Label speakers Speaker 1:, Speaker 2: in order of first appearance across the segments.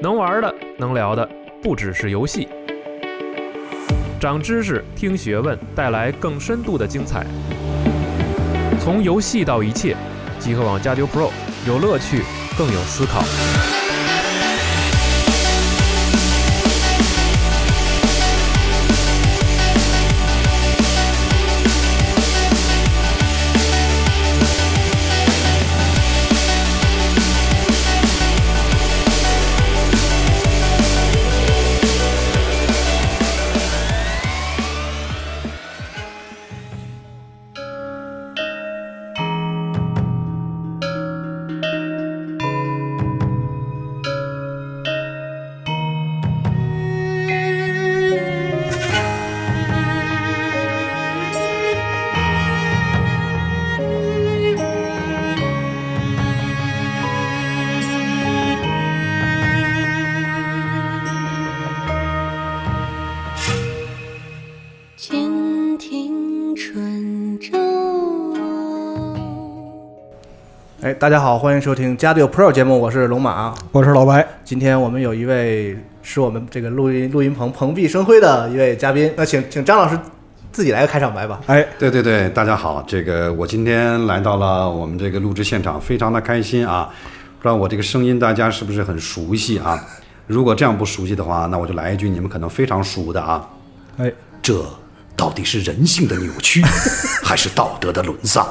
Speaker 1: 能玩的、能聊的，不只是游戏。长知识、听学问，带来更深度的精彩。从游戏到一切，极客网加丢 Pro 有乐趣，更有思考。
Speaker 2: 千亭春舟。
Speaker 3: 哎，大家好，欢迎收听《加六 Pro》节目，我是龙马啊。
Speaker 4: 我是老白，
Speaker 3: 今天我们有一位是我们这个录音录音棚蓬荜生辉的一位嘉宾，那请请张老师自己来个开场白吧。
Speaker 4: 哎，
Speaker 5: 对对对，大家好，这个我今天来到了我们这个录制现场，非常的开心啊！不知道我这个声音大家是不是很熟悉啊？如果这样不熟悉的话，那我就来一句你们可能非常熟的啊，
Speaker 4: 哎，
Speaker 5: 这到底是人性的扭 曲，还是道德的沦丧？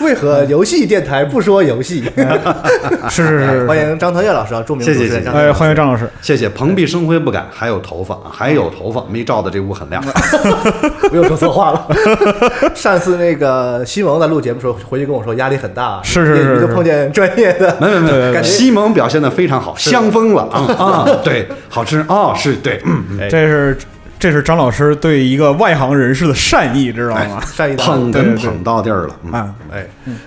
Speaker 3: 为何游戏电台不说游戏？
Speaker 4: 是是是，
Speaker 3: 欢迎张腾岳老师啊，著名主
Speaker 5: 谢谢
Speaker 3: 持人
Speaker 5: 谢谢
Speaker 3: 张腾岳
Speaker 4: 哎，
Speaker 3: 老师。
Speaker 4: 欢迎张老师，
Speaker 5: 谢谢，蓬荜生辉不改，还有头发，啊，还有头发，没照的这屋 很亮。
Speaker 3: 我又说错话了。上次那个西蒙在录节目的时候回去跟我说压力很大，
Speaker 4: 是是
Speaker 3: 你
Speaker 4: 是
Speaker 3: 你都
Speaker 4: 是
Speaker 3: 碰见专业的，
Speaker 5: 没有没有没
Speaker 3: 感
Speaker 5: 有，
Speaker 3: 觉
Speaker 5: 西蒙表现的非常好，香疯了啊啊！对，好吃啊，是对，嗯，
Speaker 3: 哎
Speaker 4: 这是这是张老师对一个外行人士的善意，知道吗？
Speaker 3: 上一档
Speaker 5: 捧
Speaker 4: 对
Speaker 5: 哏
Speaker 4: 对
Speaker 5: 捧到地儿了，嗯
Speaker 4: 啊，
Speaker 3: 哎，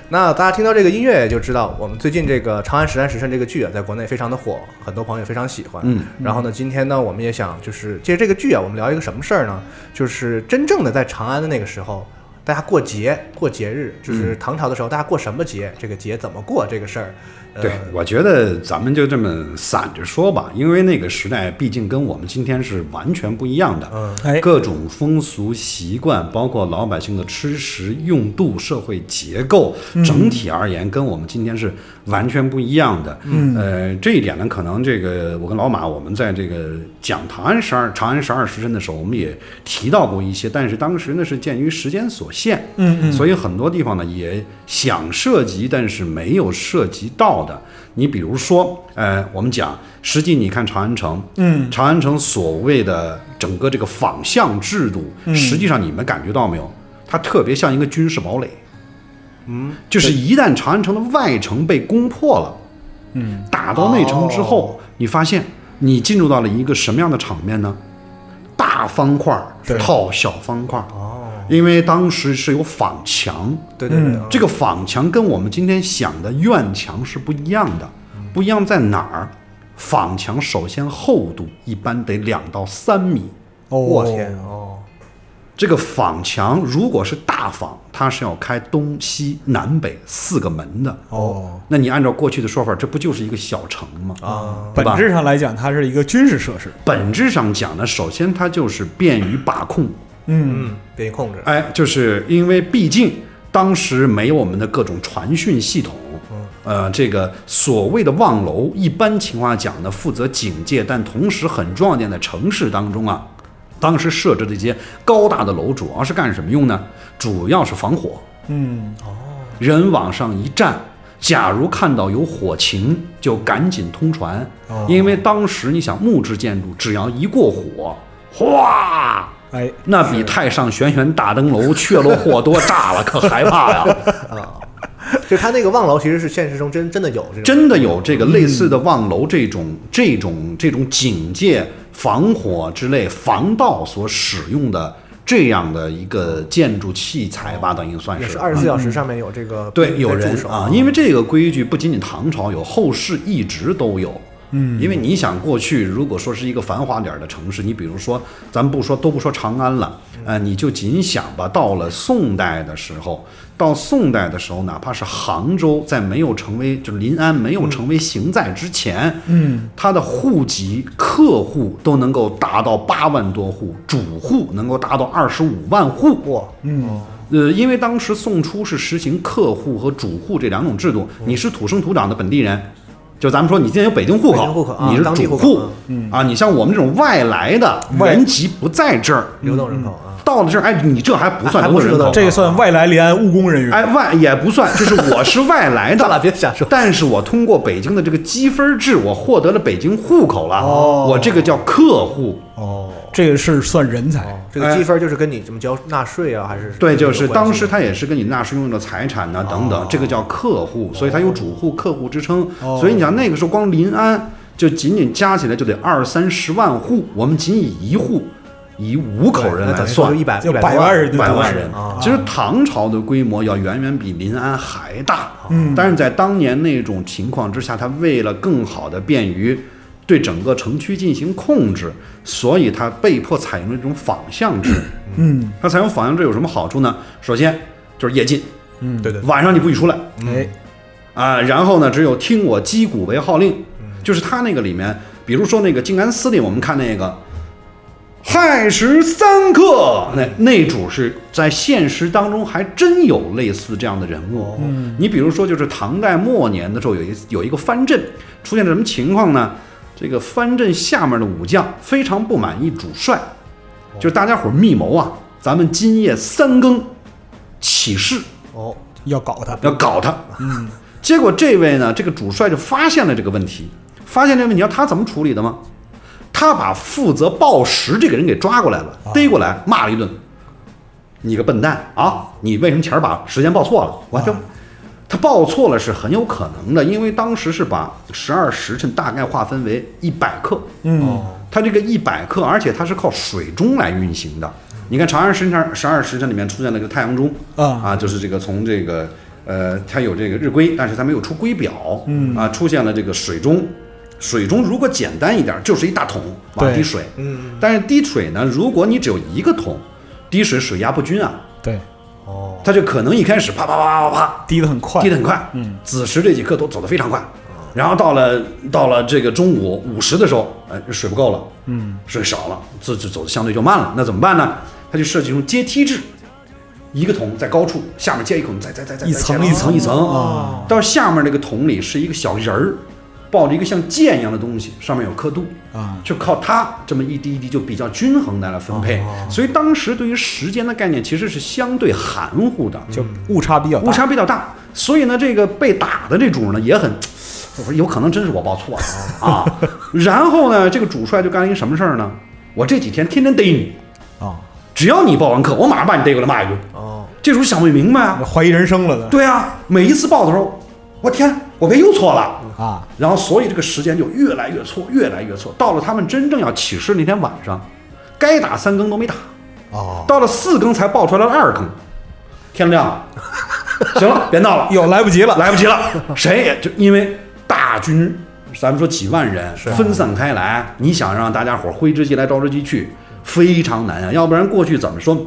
Speaker 3: 那大家听到这个音乐也就知道，我们最近这个《长安十三时辰》这个剧啊，在国内非常的火，很多朋友也非常喜欢。
Speaker 5: 嗯，
Speaker 3: 然后呢，今天呢，我们也想就是借这个剧啊，我们聊一个什么事儿呢？就是真正的在长安的那个时候，大家过节过节日，就是唐朝的时候，大家过什么节？这个节怎么过？这个事儿，呃
Speaker 5: 对，我觉得咱们就这么散着说吧，因为那个时代毕竟跟我们今天是完全不一样的，
Speaker 3: 嗯
Speaker 4: 哎，
Speaker 5: 各种风俗习惯，包括老百姓的吃食用度、社会结构，
Speaker 3: 嗯
Speaker 5: 整体而言跟我们今天是完全不一样的。嗯，呃，这一点呢，可能这个我跟老马，我们在这个讲《长安十二长安十二时辰》的时候，我们也提到过一些，但是当时呢是鉴于时间所限，
Speaker 4: 嗯嗯，
Speaker 5: 所以很多地方呢也想涉及，但是没有涉及到的。你比如说，呃，我们讲，实际你看长安城，
Speaker 4: 嗯，
Speaker 5: 长安城所谓的整个这个仿效制度，
Speaker 4: 嗯
Speaker 5: 实际上你们感觉到没有？它特别像一个军事堡垒。嗯，就是一旦长安城的外城被攻破了，
Speaker 4: 嗯，
Speaker 5: 打到内城之
Speaker 4: 哦
Speaker 5: 后，你发现你进入到了一个什么样的场面呢？大方块儿
Speaker 4: 对
Speaker 5: 套小方块儿，
Speaker 3: 哦，
Speaker 5: 因为当时是有仿墙，
Speaker 3: 对对对，
Speaker 4: 嗯
Speaker 3: 嗯
Speaker 5: 这个仿墙跟我们今天想的院墙是不一样的，不一样在哪儿？仿墙首先厚度一般得两到三米，
Speaker 4: 哦，
Speaker 3: 我天，哦，
Speaker 5: 这个仿墙如果是大仿，它是要开东西南北四个门的。
Speaker 4: 哦，
Speaker 5: 那你按照过去的说法，这不就是一个小城吗？
Speaker 3: 啊，
Speaker 5: 对
Speaker 4: 本
Speaker 5: 吧
Speaker 4: 质上来讲，它是一个军事设施，
Speaker 5: 本质上讲呢，首先它就是便于把控，
Speaker 4: 嗯，
Speaker 3: 嗯，便于控制，
Speaker 5: 哎，就是因为毕竟当时没有我们的各种传讯系统。呃，这个所谓的望楼，一般情况下讲呢，负责警戒，但同时很重要一点，在城市当中啊，当时设置的这些高大的楼，主要是干什么用呢？主要是防火，
Speaker 4: 嗯，
Speaker 5: 人往上一站，假如看到有火情，就赶紧通传，
Speaker 3: 哦
Speaker 5: 因为当时你想木质建筑，只要一过火，哗，
Speaker 4: 哎，
Speaker 5: 那比太上玄玄大灯笼雀落霍多炸了，可害 怕呀！
Speaker 3: 就他那个望嗯楼其实是现实中真真的有这种，
Speaker 5: 真的有这个类似的望楼这种、这种、这种警戒、防火之类、防盗所使用的这样的一个建筑器材吧，等于算
Speaker 3: 也
Speaker 5: 是
Speaker 3: 是二十四小时上面有这个
Speaker 5: 对，有
Speaker 3: 在驻
Speaker 5: 人
Speaker 3: 守
Speaker 5: 啊，因为这个规矩不仅仅唐朝有，后世一直都有。嗯，因为你想过去，如果说是一个繁华点儿的城市，你比如说，嗯咱不说都不说长安了，呃，你就仅想吧，到了宋代的时候，到宋代的时候，哪怕是杭州，在没有成为就是临安没有成为行在之前，嗯，它的户籍客户都能够达到八万多户，主户能够达到二十五万户。哇，
Speaker 4: 嗯
Speaker 5: 呃，因为当时宋初是实行客户和主户这两种制度，
Speaker 3: 嗯
Speaker 5: 你是土生土长的本地人，就咱们说你今天有北京户
Speaker 3: 北
Speaker 5: 口，
Speaker 3: 京户口啊
Speaker 5: 你是
Speaker 3: 当地户
Speaker 5: 主
Speaker 3: 口嗯
Speaker 5: 户，啊，你像我们这种外来的
Speaker 4: 外
Speaker 5: 原籍不在这儿，
Speaker 3: 流动人口啊，
Speaker 5: 到了这儿，哎，你这还不算
Speaker 3: 还
Speaker 5: 流
Speaker 3: 不
Speaker 5: 动
Speaker 3: 是
Speaker 5: 人
Speaker 3: 流
Speaker 5: 口
Speaker 3: 动，
Speaker 4: 这个算外来临安务工人员。
Speaker 5: 哎，外也不算，就是我是外来
Speaker 3: 咱俩
Speaker 5: 的。
Speaker 3: 别瞎说。
Speaker 5: 但是我通过北京的这个积分制，我获得了北京户口了，我这个叫客户，
Speaker 3: 哦，
Speaker 4: 这个是算人才，
Speaker 5: 哦
Speaker 3: 这个积分就是跟你怎么交纳税啊，还是
Speaker 5: 对，就是
Speaker 3: 有关
Speaker 5: 当
Speaker 3: 系哦
Speaker 5: 时他也是跟你纳税用的财产呐、等等，这个叫客户，所以他有主户、客户之称。所以你想那个时候光临安就仅仅加起来就得二三十万户，我们仅以一户以五口人
Speaker 3: 那等
Speaker 5: 来
Speaker 3: 于
Speaker 5: 算
Speaker 3: 就。一百
Speaker 4: 就
Speaker 3: 100
Speaker 4: 百万人
Speaker 5: 百万
Speaker 4: 人
Speaker 5: 人
Speaker 3: 啊，
Speaker 5: 其实唐朝的规模要远远比临安还大，
Speaker 4: 嗯
Speaker 5: 但是在当年那种情况之下，他为了更好的便于对整个城区进行控制，所以他被迫采用了一种仿效制。
Speaker 4: 嗯，
Speaker 5: 它采用仿效制有什么好处呢？首先就是夜禁，
Speaker 4: 嗯
Speaker 3: 对对，
Speaker 5: 晚上你不许出来
Speaker 4: 哎，
Speaker 5: 啊。然后呢，只有听我击鼓为号令，就是它那个里面，比如说那个《静安寺》里，我们看那个亥时三刻，那那主是在现实当中还真有类似这样的人物。嗯，你比如说，就是唐代末年的时候，有一有一个藩镇出现了什么情况呢？这个藩镇下面的武将非常不满意主帅，就是大家伙儿密谋啊，咱们今夜三更起事，
Speaker 3: 哦，
Speaker 4: 要搞他，
Speaker 5: 要搞他。嗯，结果这位呢，这个主帅就发现了这个问题，发现这个问题，你知道他怎么处理的吗？他把负责报时这个人给抓过来了，逮过来骂了一顿：“你个笨蛋啊！你为什么前儿把时间报错了？”我就。他报错了是很有可能的，因为当时是把十二时辰大概划分为一百克，
Speaker 4: 嗯，
Speaker 5: 它这个一百克，而且它是靠水中来运行的。你看《长安十二十二时辰》里面出现了一个太阳钟
Speaker 4: 啊
Speaker 5: 就是这个从这个呃，它有这个日规，但是它没有出规表，嗯啊，出现了这个水钟。水钟如果简单一点，就是一大桶往
Speaker 4: 对
Speaker 5: 滴水，嗯，但是滴水呢，如果你只有一个桶，滴水水压不均啊，
Speaker 4: 对，
Speaker 3: 哦
Speaker 5: 它就可能一开始啪啪啪啪啪，
Speaker 4: 滴得很快，
Speaker 5: 滴得很快。嗯，子时这几刻都走得非常快。然后到了到了这个中午午时的时候，哎，水不够了，嗯，水少了，这就走的相对就慢了。那怎么办呢？他就设计一种阶梯制，一个桶在高处，下面接一个桶，再再再再
Speaker 4: 一
Speaker 5: 再
Speaker 4: 层
Speaker 5: 接
Speaker 4: 一层
Speaker 5: 一层
Speaker 4: 哦
Speaker 5: 到下面那个桶里是一个小人儿，抱着一个像剑一样的东西，上面有刻度
Speaker 4: 啊，
Speaker 5: 就靠它这么一滴一滴就比较均衡的来分配。
Speaker 4: 哦
Speaker 5: 所以当时对于时间的概念其实是相对含糊的，
Speaker 4: 就误差比较大，
Speaker 5: 误差比较大，所以呢，这个被打的这主呢也很，我说有可能真是我报错了啊。 然后呢，这个主帅就干了一个什么事儿呢？我这几天天天逮你，
Speaker 4: 啊，
Speaker 5: 只要你报完课，我马上把你逮过来骂一顿。
Speaker 3: 哦，
Speaker 5: 这主想不明白啊，
Speaker 4: 怀疑人生了的，
Speaker 5: 对啊，每一次报的时候，我天，我别又错了。
Speaker 4: 啊，
Speaker 5: 然后所以这个时间就越来越错，越来越错。到了他们真正要起事那天晚上，该打三更都没打，
Speaker 4: 哦，
Speaker 5: 到了四更才报出来了二更，天亮了，行了，别闹了，
Speaker 4: 又来不及了，
Speaker 5: 来不及了，谁也就因为大军，咱们说几万人分散开来，你想让大家伙儿挥之即来招之即去，非常难啊！要不然过去怎么说？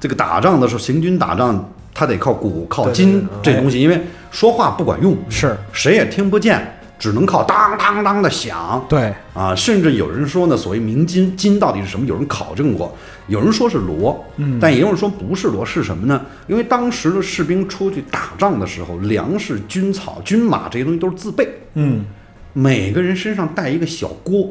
Speaker 5: 这个打仗的时候，行军打仗，他得靠鼓、靠
Speaker 3: 对
Speaker 5: 筋
Speaker 3: 对对
Speaker 5: 这东西，因为说话不管用，
Speaker 4: 是
Speaker 5: 谁也听不见，只能靠当当当的响。
Speaker 4: 对，
Speaker 5: 啊，甚至有人说呢，所谓鸣金，金到底是什么？有人考证过，有人说是锣，
Speaker 4: 嗯
Speaker 5: 但也有人说不是锣，是什么呢？因为当时的士兵出去打仗的时候，粮食、军草、军马这些东西都是自备，
Speaker 4: 嗯，
Speaker 5: 每个人身上带一个小锅，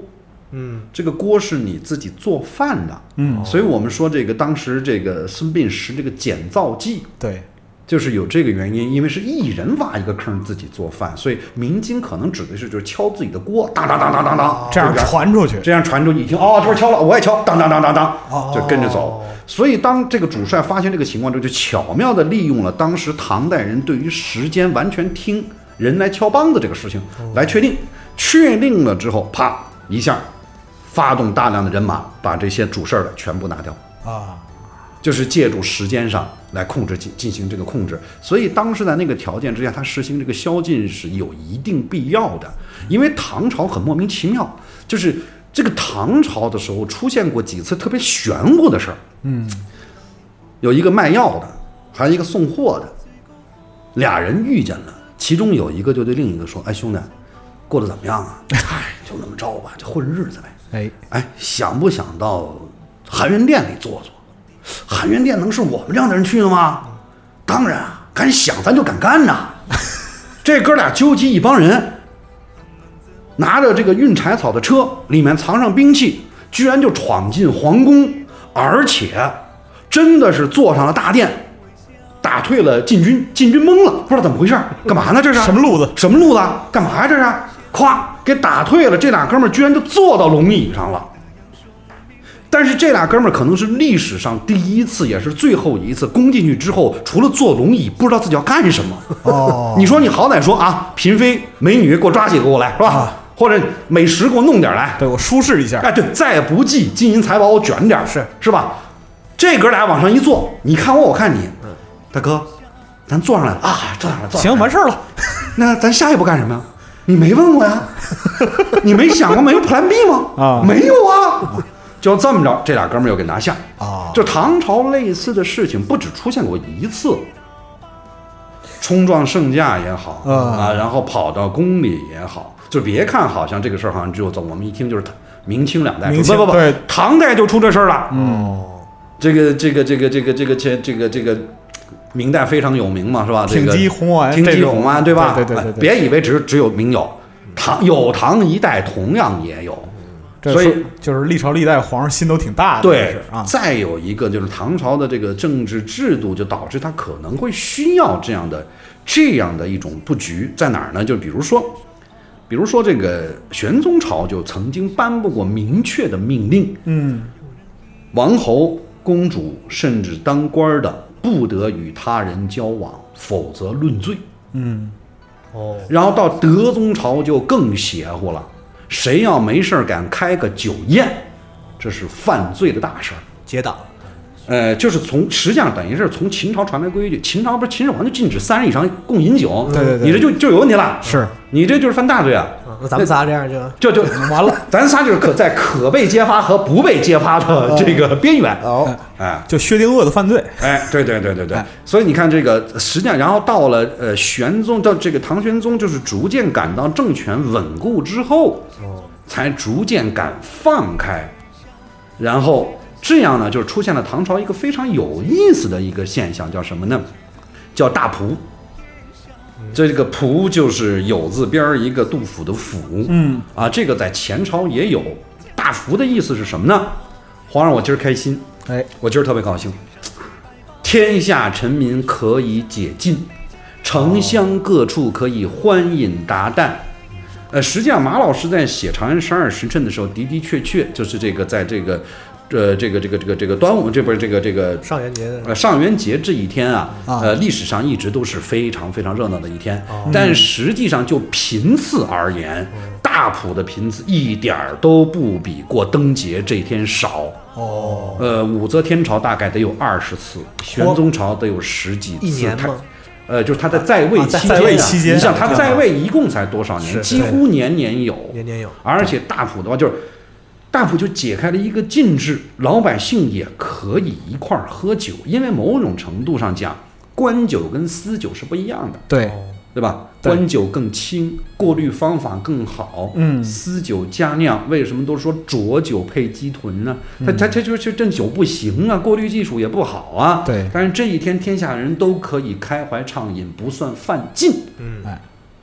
Speaker 3: 嗯，
Speaker 5: 这个锅是你自己做饭的，
Speaker 4: 嗯
Speaker 5: 所以我们说这个当时这个孙膑识这个减灶计，
Speaker 4: 对，
Speaker 5: 就是有这个原因，因为是一人挖一个坑自己做饭，所以鸣金可能指的是就是敲自己的锅，当当当当当当，
Speaker 4: 这样
Speaker 5: 边
Speaker 4: 传出去，
Speaker 5: 这样传出去，一听哦，这边敲了，我也敲，当当当当当，就跟着走。所以当这个主帅发现这个情况之后，就巧妙地利用了当时唐代人对于时间完全听人来敲梆子这个事情来确定，确定了之后，啪一下发动大量的人马，把这些主事儿的全部拿掉。
Speaker 4: 啊，
Speaker 5: 就是借助时间上来控制进进行这个控制，所以当时在那个条件之下，他实行这个宵禁是有一定必要的，因为唐朝很莫名其妙，就是这个唐朝的时候出现过几次特别玄乎的事儿，嗯，有一个卖药的还有一个送货的，俩人遇见了，其中有一个就对另一个说：“哎，兄弟，过得怎么样啊？哎，就那么着吧，就混日子呗。
Speaker 3: 哎，
Speaker 5: 哎，想不想到韩源店里坐坐？韩源店能是我们这样的人去的吗？当然啊，敢想咱就敢干呐！这哥俩纠集一帮人，拿着这个运柴草的车，里面藏上兵器，居然就闯进皇宫，而且真的是坐上了大殿，打退了禁军。禁军懵了，不知道怎么回事儿，干嘛呢？这是
Speaker 4: 什么路子？
Speaker 5: 什么路子？干嘛呀？这是？咵，给打退了。这俩哥们儿居然就坐到龙椅上了。但是这俩哥们儿可能是历史上第一次，也是最后一次攻进去之后，除了坐龙椅，不知道自己要干什么。
Speaker 3: 哦，
Speaker 5: 你说你好歹说啊，嫔妃、美女给我抓起给我来，是吧？或者美食给我弄点来，
Speaker 4: 对我舒适一下，
Speaker 5: 哎，对，再不济金银财宝我卷点儿，
Speaker 3: 是
Speaker 5: 是吧？这哥俩往上一坐，你看我，我看你，大哥，咱坐上来了啊，坐上来，坐上来
Speaker 4: 行，完事儿了。
Speaker 5: 那咱下一步干什么呀？你没问 我呀？你没想过没有 Plan B 吗？
Speaker 4: 啊
Speaker 5: 没有啊。就这么着，这俩哥们儿又给拿下。
Speaker 3: 啊，
Speaker 5: 就唐朝类似的事情不止出现过一次，冲撞圣驾也好
Speaker 4: 啊
Speaker 5: 啊，然后跑到宫里也好，就别看好像这个事儿好像只有在我们一听就是唐明清两代出，
Speaker 4: 明清
Speaker 5: 不不不
Speaker 4: 对，嗯
Speaker 5: 唐代就出这事儿了。
Speaker 3: 哦，
Speaker 5: 这个这个这个这个这个这这个这个明代非常有名嘛，是吧？这
Speaker 4: 挺
Speaker 5: 个
Speaker 4: 鸡红丸，
Speaker 5: 听
Speaker 4: 这
Speaker 5: 鸡
Speaker 4: 种
Speaker 5: 红啊，对吧？
Speaker 4: 对对对对对，
Speaker 5: 别以为只只有明有，唐有唐一代同样也有。
Speaker 4: 这
Speaker 5: 所以
Speaker 4: 说就是历朝历代皇上心都挺大的，这
Speaker 5: 对
Speaker 4: 是啊，
Speaker 5: 再有一个就是唐朝的这个政治制度，就导致他可能会需要这样的这样的一种布局，在哪儿呢？就比如说，比如说这个玄宗朝就曾经颁布过明确的命令，
Speaker 4: 嗯，
Speaker 5: 王侯、公主甚至当官儿的不得与他人交往，否则论罪。
Speaker 4: 嗯
Speaker 3: 哦，
Speaker 5: 然后到德宗朝就更邪乎了，谁要没事儿敢开个酒宴，这是犯罪的大事儿。
Speaker 3: 结党，
Speaker 5: 呃，就是从实际上等于是从秦朝传来规矩，秦朝不是秦始皇就禁止三人以上共饮酒，
Speaker 4: 对对对
Speaker 5: 你这就就有问题了，
Speaker 4: 是
Speaker 5: 你这就是犯大罪啊，
Speaker 3: 嗯那咱们仨这样就
Speaker 5: 就就完了，咱仨就是可在可被揭发和不被揭发的这个边缘，
Speaker 3: 哦，
Speaker 5: 哎。
Speaker 4: 就薛定谔的犯罪，
Speaker 5: 哎，对对对对对
Speaker 4: 哎，
Speaker 5: 所以你看这个，实际上，然后到了呃玄宗，到这个唐玄宗，就是逐渐感到政权稳固之后，才逐渐敢放开，然后这样呢，就是出现了唐朝一个非常有意思的一个现象，叫什么呢？叫大仆。这个仆就是有字边儿一个杜甫的甫，
Speaker 4: 嗯，
Speaker 5: 啊，这个在前朝也有。大福的意思是什么呢？皇上，我今儿开心，
Speaker 4: 哎，
Speaker 5: 我今儿特别高兴，天下臣民可以解禁，城乡各处可以欢饮达旦。呃，实际上马老师在写《长安十二时辰》的时候，的的确确就是这个，在这个，呃，这个这个这个这个端午，这不是这个这个
Speaker 3: 上元节的时候
Speaker 5: 呃，上元节这一天啊，
Speaker 4: 啊
Speaker 5: 呃，历史上一直都是非常非常热闹的一天，
Speaker 3: 哦
Speaker 5: 但实际上就频次而言，大普的频次一点儿都不比过灯节这天少。
Speaker 3: 哦，
Speaker 5: 呃，武则天朝大概得有二十次，玄宗朝得有十几次，
Speaker 3: 一年
Speaker 5: 太
Speaker 3: 吗？
Speaker 5: 呃，就是他在在位
Speaker 3: 啊在
Speaker 5: 期间、
Speaker 4: 在位期间
Speaker 5: 你想他
Speaker 4: 啊
Speaker 5: 在位一共才多少
Speaker 3: 是
Speaker 5: 年？几乎年年有，
Speaker 3: 年年有，
Speaker 5: 而且大普的话就是，大普就解开了一个禁制，老百姓也可以一块儿喝酒，因为某种程度上讲，官酒跟私酒是不一样的，
Speaker 4: 对，
Speaker 5: 对吧？
Speaker 4: 对
Speaker 5: 官酒更轻，过滤方法更好。
Speaker 4: 嗯
Speaker 5: 私酒加酿，为什么都说浊酒配鸡豚呢？
Speaker 4: 嗯
Speaker 5: 它它它就就这酒不行啊，过滤技术也不好啊。
Speaker 4: 对
Speaker 5: 但是这一天天下人都可以开怀畅饮，不算犯禁。
Speaker 3: 嗯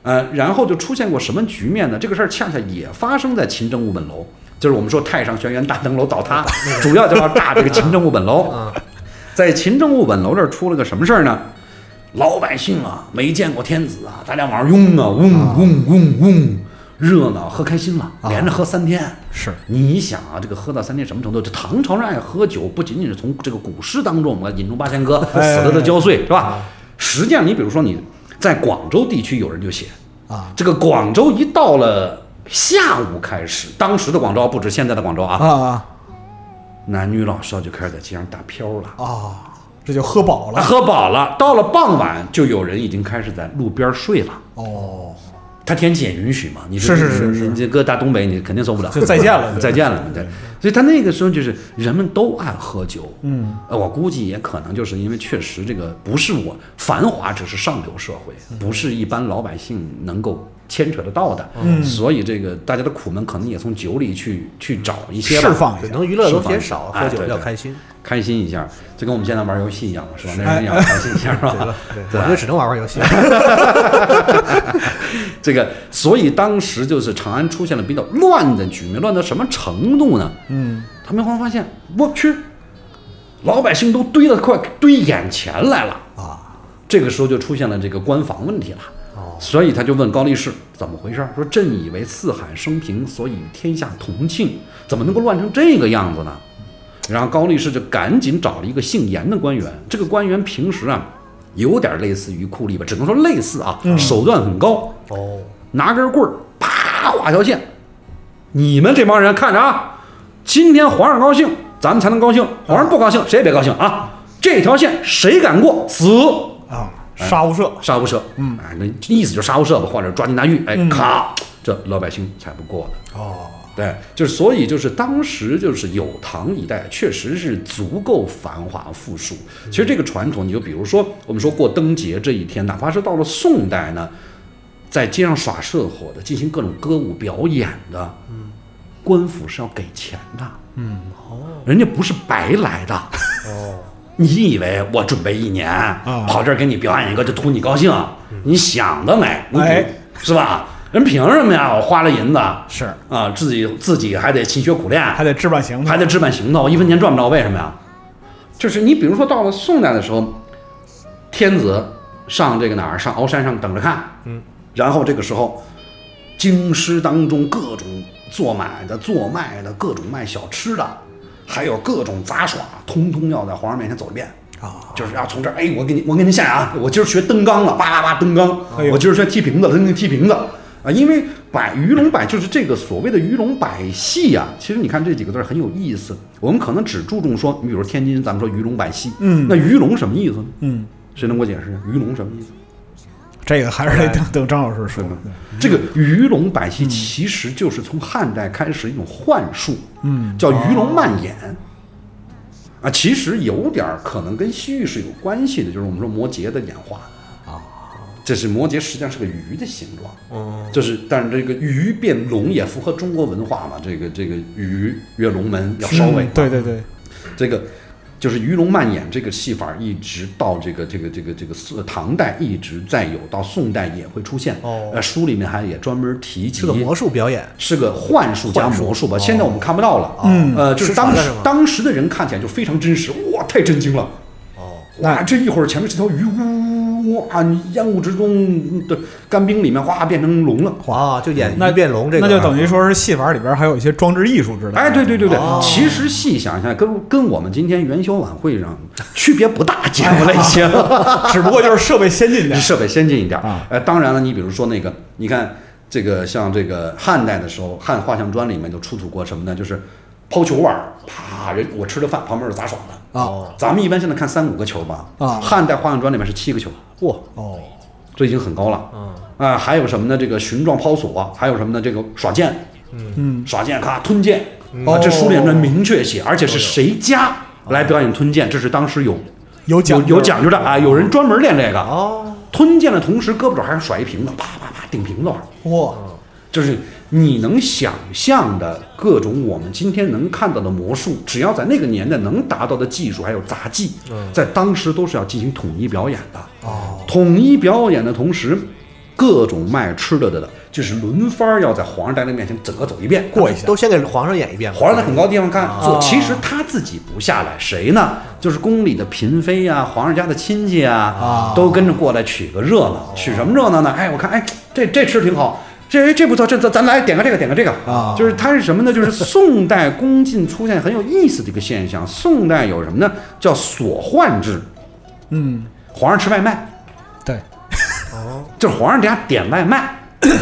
Speaker 5: 呃，然后就出现过什么局面呢？这个事儿恰恰也发生在勤政务本楼，就是我们说太上玄元大灯楼倒 塌，主要就是要炸这个勤政务本楼。
Speaker 4: 嗯
Speaker 3: 啊，
Speaker 5: 在勤政务本楼这儿出了个什么事儿呢？老百姓啊，没见过天子啊，大家往上拥啊，嗡嗡嗡嗡，热闹，喝开心了，
Speaker 4: 啊
Speaker 5: 连着喝三天。
Speaker 4: 是
Speaker 5: 你想啊，这个喝到三天什么程度？这唐朝人爱喝酒，不仅仅是从这个古诗当中，我们饮中八仙歌，
Speaker 4: 哎
Speaker 5: 死了的交税，是
Speaker 4: 啊
Speaker 5: 吧？实际上，你比如说你在广州地区，有人就写
Speaker 4: 啊
Speaker 5: 这个广州一到了下午开始，当时的广州不止现在的广州
Speaker 4: 啊
Speaker 5: 啊，
Speaker 4: 啊
Speaker 5: 男女老少就开始在街上打飘了。
Speaker 3: 哦
Speaker 4: 啊，这就喝饱了
Speaker 5: 喝饱了，到了傍晚就有人已经开始在路边睡了。
Speaker 4: 哦，
Speaker 5: 它天气也允许嘛，你
Speaker 4: 是是是是
Speaker 5: 你这搁大东北你肯定受不了，
Speaker 4: 就再见了对
Speaker 5: 再见了，对。所以他那个时候就是人们都爱喝酒，
Speaker 4: 嗯，
Speaker 5: 呃，我估计也可能就是因为确实这个不是我繁华，只是上流社会，不是一般老百姓能够牵扯得到的，
Speaker 4: 嗯
Speaker 5: 所以这个大家的苦闷可能也从酒里去去找一些吧
Speaker 4: 释放一
Speaker 3: 啊对
Speaker 4: 下。
Speaker 3: 能娱乐的东西
Speaker 5: 释放
Speaker 3: 也
Speaker 5: 一下
Speaker 3: 少，
Speaker 5: 哎
Speaker 3: 喝酒
Speaker 4: 啊
Speaker 5: 对
Speaker 3: 比较
Speaker 5: 对
Speaker 3: 开心。
Speaker 5: 开心一下，就跟我们现在玩游戏一样嘛，是吧？那
Speaker 4: 哎
Speaker 5: 人也要开心一下，是
Speaker 3: 对
Speaker 5: 吧
Speaker 3: 吧？？对，
Speaker 5: 对
Speaker 3: 我就只能玩玩游戏。
Speaker 5: 这个，所以当时就是长安出现了比较乱的局面，乱到什么程度呢？
Speaker 4: 嗯，
Speaker 5: 他们忽然发现，我去，老百姓都堆得快堆眼前来了啊！这个时候就出现了这个官房问题了。所以他就问高力士怎么回事儿，说朕以为四海升平，所以天下同庆，怎么能够乱成这个样子呢？然后高力士就赶紧找了一个姓严的官员，这个官员平时啊，有点类似于酷吏吧，只能说类似啊，手段很高，
Speaker 3: 哦，
Speaker 5: 拿根棍儿啪画条线。你们这帮人看着啊，今天皇上高兴，咱们才能高兴；皇上不高兴，谁也别高兴啊！这条线谁敢过，死！
Speaker 4: 啊，
Speaker 5: 哎
Speaker 4: 杀无赦。
Speaker 5: 杀无赦，嗯，哎，那意思就是杀无赦吧，或者抓进大狱，哎，咔，这老百姓才不过呢。哦，对，就是所以就是当时就是有唐一代确实是足够繁华富庶。其实这个传统，你就比如说我们说过灯节这一天，哪怕是到了宋代呢，在街上耍社火的、进行各种歌舞表演的，嗯，官府是要给钱的，嗯，哦，人家不是白来的。你以为我准备一年、跑这儿给你表演一个就图你高兴？你想得美，你比
Speaker 4: 哎
Speaker 5: 是吧？人凭什么呀？我花了银子
Speaker 4: 是
Speaker 5: 啊，自己自己还得勤学苦练，
Speaker 4: 还得置办行头，
Speaker 5: 还得置办行头，我一分钱赚不着，为什么呀？就是你比如说到了宋代的时候，天子上这个哪儿上鳌山上等着看，嗯，然后这个时候京师当中各种做买的、做卖的、各种卖小吃的，还有各种杂耍，通通要在皇上面前走一遍。
Speaker 4: 啊，
Speaker 5: 就是要从这儿，哎，我给你，我给您下啊！我今儿学灯缸了，叭叭叭灯缸
Speaker 4: 哎，呦
Speaker 5: 我今儿学踢瓶子，跟您踢瓶子啊！因为摆鱼龙摆就是这个所谓的鱼龙摆戏啊，其实你看这几个字儿很有意思。我们可能只注重说，你比如天津，咱们说鱼龙摆戏，
Speaker 4: 嗯
Speaker 5: 那鱼龙什么意思呢？
Speaker 4: 嗯，
Speaker 5: 谁能给我解释一下鱼龙什么意思？
Speaker 4: 这个还是
Speaker 5: 哎
Speaker 4: 得等等张老师说。
Speaker 5: 这个鱼龙摆戏其实就是从汉代开始一种幻术，
Speaker 4: 嗯，
Speaker 5: 叫鱼龙漫演。啊，其实有点儿可能跟西域是有关系的，就是我们说摩羯的演化啊，这是摩羯实际上是个鱼的形状，
Speaker 3: 嗯，
Speaker 5: 就是但是这个鱼变龙也符合中国文化嘛，这个这个鱼跃龙门要烧尾嘛，
Speaker 4: 嗯对对对，
Speaker 5: 这个就是鱼龙漫演这个戏法，一直到这个这个这个这个宋唐代一直在有，到宋代也会出现。
Speaker 3: 哦
Speaker 5: 呃，书里面还也专门提及
Speaker 3: 是个魔术表演，
Speaker 5: 是个幻术加魔术吧，现在我们看不到了。
Speaker 4: 嗯
Speaker 5: 呃，就是是
Speaker 3: 啥
Speaker 5: 当
Speaker 3: 的
Speaker 5: 时
Speaker 3: 哦是吗
Speaker 5: 当时的人看起来就非常真实，哇，太震惊了。
Speaker 3: 哦，
Speaker 5: 哇，这一会儿前面是条鱼，呜哇，烟雾之中的干冰里面哗变成龙了。
Speaker 3: 啊，就演
Speaker 4: 那
Speaker 3: 鱼变龙这个，啊
Speaker 4: 那就等于说是戏法里边还有一些装置艺术之类的。
Speaker 5: 哎，对对对对，
Speaker 3: 哦
Speaker 5: 其实细想一下，跟跟我们今天元宵晚会上区别不大，节目类 型。
Speaker 4: 只不过就是设备先进点。
Speaker 5: 设备先进一点儿
Speaker 4: 啊。
Speaker 5: 呃，当然了，你比如说那个，你看这个像这个汉代的时候，汉画像砖里面就出土过什么呢？就是抛球碗儿，啪，人我吃了饭，旁边是杂耍的
Speaker 4: 啊。
Speaker 5: 咱们一般现在看三五个球吧，
Speaker 4: 啊
Speaker 5: 汉代画像砖里面是七个球，哇，
Speaker 4: 哦，
Speaker 5: 这已经很高了。
Speaker 3: 嗯
Speaker 5: 啊，还有什么呢？这个寻状抛索，还有什么呢？这个耍剑，
Speaker 4: 嗯，
Speaker 5: 耍剑咔吞剑，
Speaker 4: 哦
Speaker 5: 啊，这书里面明确写，而且是谁家来表演吞剑，这是当时有
Speaker 4: 有讲
Speaker 5: 有
Speaker 4: 究
Speaker 5: 有讲究的啊，有人专门练这个
Speaker 3: 哦，
Speaker 5: 吞剑的同时，胳膊肘还是甩一瓶子，啪啪啪顶瓶子玩儿，
Speaker 4: 哇，
Speaker 5: 就是你能想象的各种我们今天能看到的魔术，只要在那个年代能达到的技术还有杂技，在当时都是要进行统一表演的。
Speaker 4: 哦，
Speaker 5: 统一表演的同时，各种卖吃的的的，就是轮番儿要在皇上大人面前整个走一遍，
Speaker 4: 过一下
Speaker 3: 啊都先给皇上演一遍吧。
Speaker 5: 皇上在很高地方看
Speaker 4: 啊
Speaker 5: 坐，其实他自己不下来，谁呢？就是宫里的嫔妃呀、皇上家的亲戚
Speaker 4: 啊
Speaker 5: 啊，都跟着过来取个热闹。取什么热闹呢？哎，我看，哎，这这吃挺好，这这不错，这咱咱来点个这个，点个这个
Speaker 4: 啊
Speaker 5: 就是它是什么呢？就是宋代宫禁出现很有意思的一个现象。宋代有什么呢？叫所患制，
Speaker 4: 嗯，
Speaker 5: 皇上吃外卖，
Speaker 4: 对，
Speaker 5: 就是皇上家点外卖。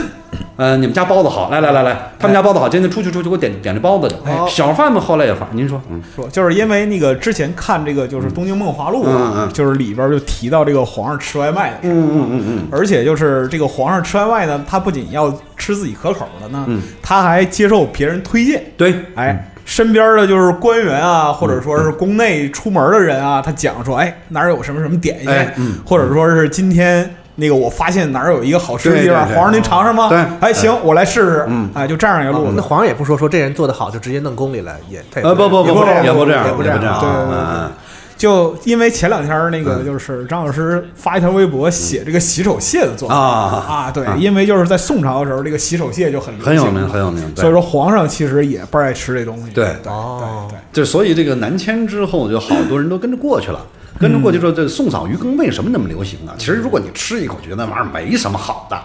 Speaker 5: 呃，你们家包子好，来来来来，他们家包子好，今天出去出去给我点点这包子去。
Speaker 3: 哦
Speaker 5: 小贩们后来也发，您说，哎嗯，
Speaker 4: 说，就是因为那个之前看这个就是《东京梦华录》
Speaker 5: 嗯
Speaker 4: 啊
Speaker 5: 嗯，嗯
Speaker 4: 就是里边就提到这个皇上吃外卖的事儿
Speaker 5: 嗯嗯嗯嗯，
Speaker 4: 而且就是这个皇上吃外卖呢，他不仅要吃自己可口的呢，
Speaker 5: 嗯
Speaker 4: 他还接受别人推荐。
Speaker 5: 对，嗯
Speaker 4: 哎，身边的就是官员啊，或者说是宫内出门的人啊，他讲说，哎，哪儿有什么什么点心，
Speaker 5: 嗯哎嗯
Speaker 4: 或者说是今天那个我发现哪儿有一个好吃的地
Speaker 5: 对
Speaker 4: 方，
Speaker 5: 对对
Speaker 4: 皇上您尝尝吗？
Speaker 5: 对
Speaker 4: 哎，行，我来试试。
Speaker 5: 嗯
Speaker 4: 哎，就这样一个路
Speaker 3: 那
Speaker 4: 子。
Speaker 3: 皇上也不说说这人做的好就直接弄宫里了，也他也
Speaker 5: 呃，不不
Speaker 3: 也
Speaker 5: 不不，
Speaker 3: 这样，
Speaker 5: 也
Speaker 3: 也
Speaker 5: 不这样，
Speaker 3: 也
Speaker 5: 不
Speaker 3: 不这样
Speaker 5: 样，
Speaker 3: 啊，
Speaker 4: 对
Speaker 5: 嗯
Speaker 4: 对对
Speaker 5: 嗯嗯
Speaker 4: 就因为前两天那个
Speaker 5: 嗯
Speaker 4: 就是张老师发一条微博写这个洗手蟹的做法
Speaker 5: 啊
Speaker 4: 啊，对
Speaker 5: 啊，
Speaker 4: 因为就是在宋朝的时候，这个洗手蟹就很流
Speaker 5: 很有
Speaker 4: 行
Speaker 5: 名，很有名。对
Speaker 4: 所以说皇上其实也倍儿爱吃这东西。
Speaker 5: 对
Speaker 4: 对
Speaker 3: 哦
Speaker 4: 对
Speaker 5: 就所以这个南迁之后，就好多人都跟着过去了。跟着过去之后，这宋嫂鱼羹为什么那么流行啊？其实如果你吃一口，觉得那玩意儿没什么好的，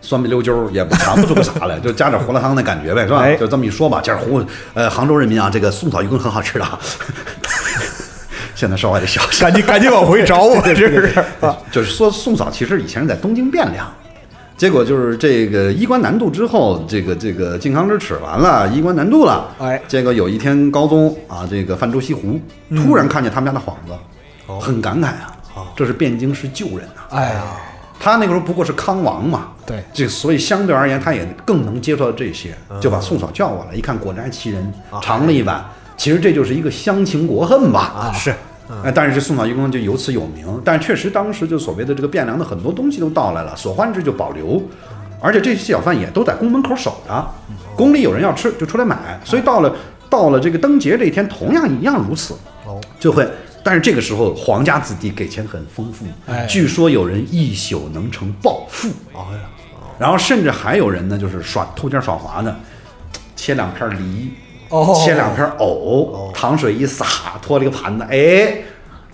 Speaker 5: 酸不溜秋儿也不尝不出个啥来，就加点胡辣汤的感觉呗，是吧
Speaker 4: 哎？
Speaker 5: 就这么一说吧，这是湖呃杭州人民啊，这个宋嫂鱼羹很好吃的啊。 现在稍微得小
Speaker 4: 对，
Speaker 5: 心。
Speaker 4: 赶紧赶紧往回找我，这是啊
Speaker 5: 就是说宋嫂其实以前是在东京汴梁，结果就是这个衣冠南渡之后，这个这个靖康之耻完了，衣冠南渡了，
Speaker 4: 哎
Speaker 5: 结果有一天高宗啊，这个泛舟西湖，
Speaker 4: 嗯
Speaker 5: 突然看见他们家的幌子，
Speaker 4: 哦
Speaker 5: 很感慨啊，这是汴京是旧人呐、
Speaker 4: 哎，
Speaker 5: 他那个时候不过是康王嘛，
Speaker 4: 对
Speaker 5: 这所以相对而言，他也更能接受到这些，就把宋嫂叫过来，一看果然其人，尝了一碗，其实这就是一个乡情国恨吧，啊
Speaker 3: 是
Speaker 5: 哎，但是这宋草鱼羹就由此有名，但确实当时就所谓的这个汴梁的很多东西都到来了，所换制就保留，而且这些小贩也都在宫门口守着，宫里有人要吃就出来买，所以到了到了这个灯节这一天，同样一样如此，
Speaker 3: 哦，
Speaker 5: 就会。但是这个时候，皇家子弟给钱很丰富，
Speaker 4: 哎
Speaker 5: 据说有人一宿能成暴富，
Speaker 3: 哎呀，
Speaker 5: 然后甚至还有人呢，就是耍偷奸耍滑的，切两片梨，
Speaker 4: 哦
Speaker 5: 切两片藕，糖水一撒，托了一个盘子，哎，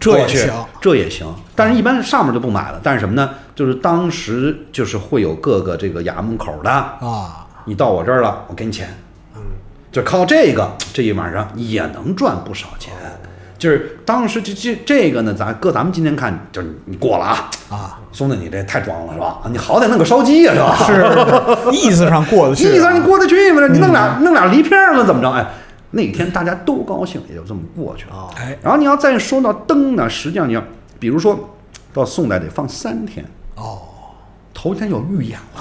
Speaker 4: 这也
Speaker 5: 过去
Speaker 4: 行
Speaker 5: 这也行。但是，一般上面就不买了。但是什么呢？就是当时就是会有各个这个衙门口的，
Speaker 4: 啊，
Speaker 5: 你到我这儿了，我给你钱，
Speaker 4: 嗯
Speaker 5: 就靠这个这一晚上也能赚不少钱。
Speaker 4: 哦
Speaker 5: 就是当时这这这个呢，咱搁咱们今天看，就是你过了啊
Speaker 4: 啊，
Speaker 5: 兄弟，你这太装了是吧？啊你好歹弄个烧鸡啊呀、是吧？
Speaker 4: 是是是意思上过得
Speaker 3: 啊
Speaker 4: 去，啊嗯
Speaker 5: 你让你过得去吗？你弄俩、弄俩梨片儿吗？怎么着？哎，那天大家都高兴，也就这么过去了。
Speaker 4: 哎
Speaker 5: 然后你要再说到灯呢，实际上你要，比如说到宋代得放三天哦，头一天有预演了，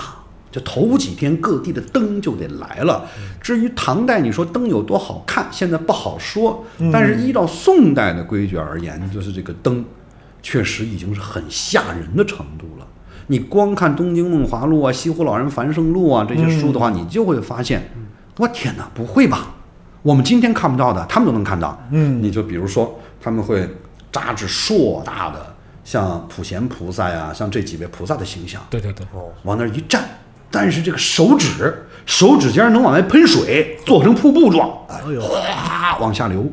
Speaker 5: 就头几天各地的灯就得来了。至于唐代，你说灯有多好看，现在不好说。但是依照宋代的规矩而言，就是这个灯确实已经是很吓人的程度了。你光看《东京梦华录》啊，《西湖老人繁盛录》啊这些书的话，你就会发现，我天哪，不会吧？我们今天看不到的，他们都能看到。嗯，你就比如说，他们会扎制硕大的，像普贤菩萨呀、像这几位菩萨的形象，
Speaker 1: 对对对，
Speaker 5: 往那儿一站，但是这个手指手指尖儿能往外喷水，做成瀑布状，哎
Speaker 3: 呦，
Speaker 5: 哗往下流。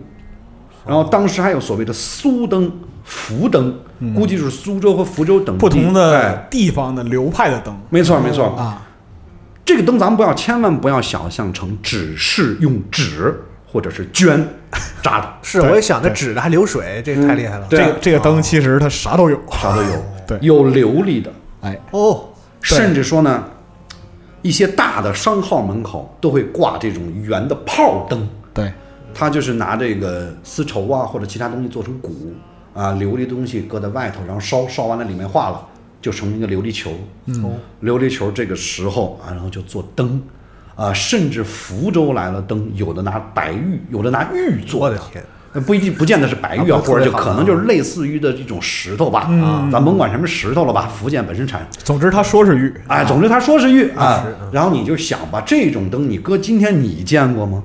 Speaker 5: 然后当时还有所谓的苏灯、福灯，估计就是苏州和福州等
Speaker 4: 嗯
Speaker 5: 地
Speaker 4: 不同
Speaker 5: 哎
Speaker 4: 的地方的流派的灯
Speaker 5: 没错，没错
Speaker 4: 啊。
Speaker 5: 这个灯咱们不要，千万不要想象成只是用纸或者是绢扎的
Speaker 3: 是，啊我也想这纸的还流水，这太厉害了，
Speaker 5: 对啊
Speaker 4: 这个这个灯其实它啥都有，
Speaker 5: 啥都有，
Speaker 4: 对
Speaker 5: 有琉璃的，
Speaker 4: 哎，
Speaker 3: 哦，
Speaker 5: 甚至说呢，一些大的商号门口都会挂这种圆的炮灯，
Speaker 4: 对，
Speaker 5: 它就是拿这个丝绸啊或者其他东西做成鼓啊，琉璃的东西搁在外头，然后烧烧完了里面化了，就成一个琉璃球。嗯，琉璃球这个时候啊，然后就做灯。啊，甚至福州来了灯，有的拿白玉，有的拿玉做
Speaker 3: 我
Speaker 5: 的
Speaker 3: 的，天，
Speaker 5: 呃不一定不见得是白玉
Speaker 3: 啊
Speaker 5: 啊，
Speaker 3: 不
Speaker 5: 或者
Speaker 3: 是
Speaker 5: 就
Speaker 3: 特别好嗯
Speaker 5: 可能就是类似于的这种石头吧，啊，咱甭管什么石头了吧，福建本身产
Speaker 4: 总之他说是玉，
Speaker 5: 哎，总之他说是玉啊，然后你就想吧，这种灯你搁今天你见过吗？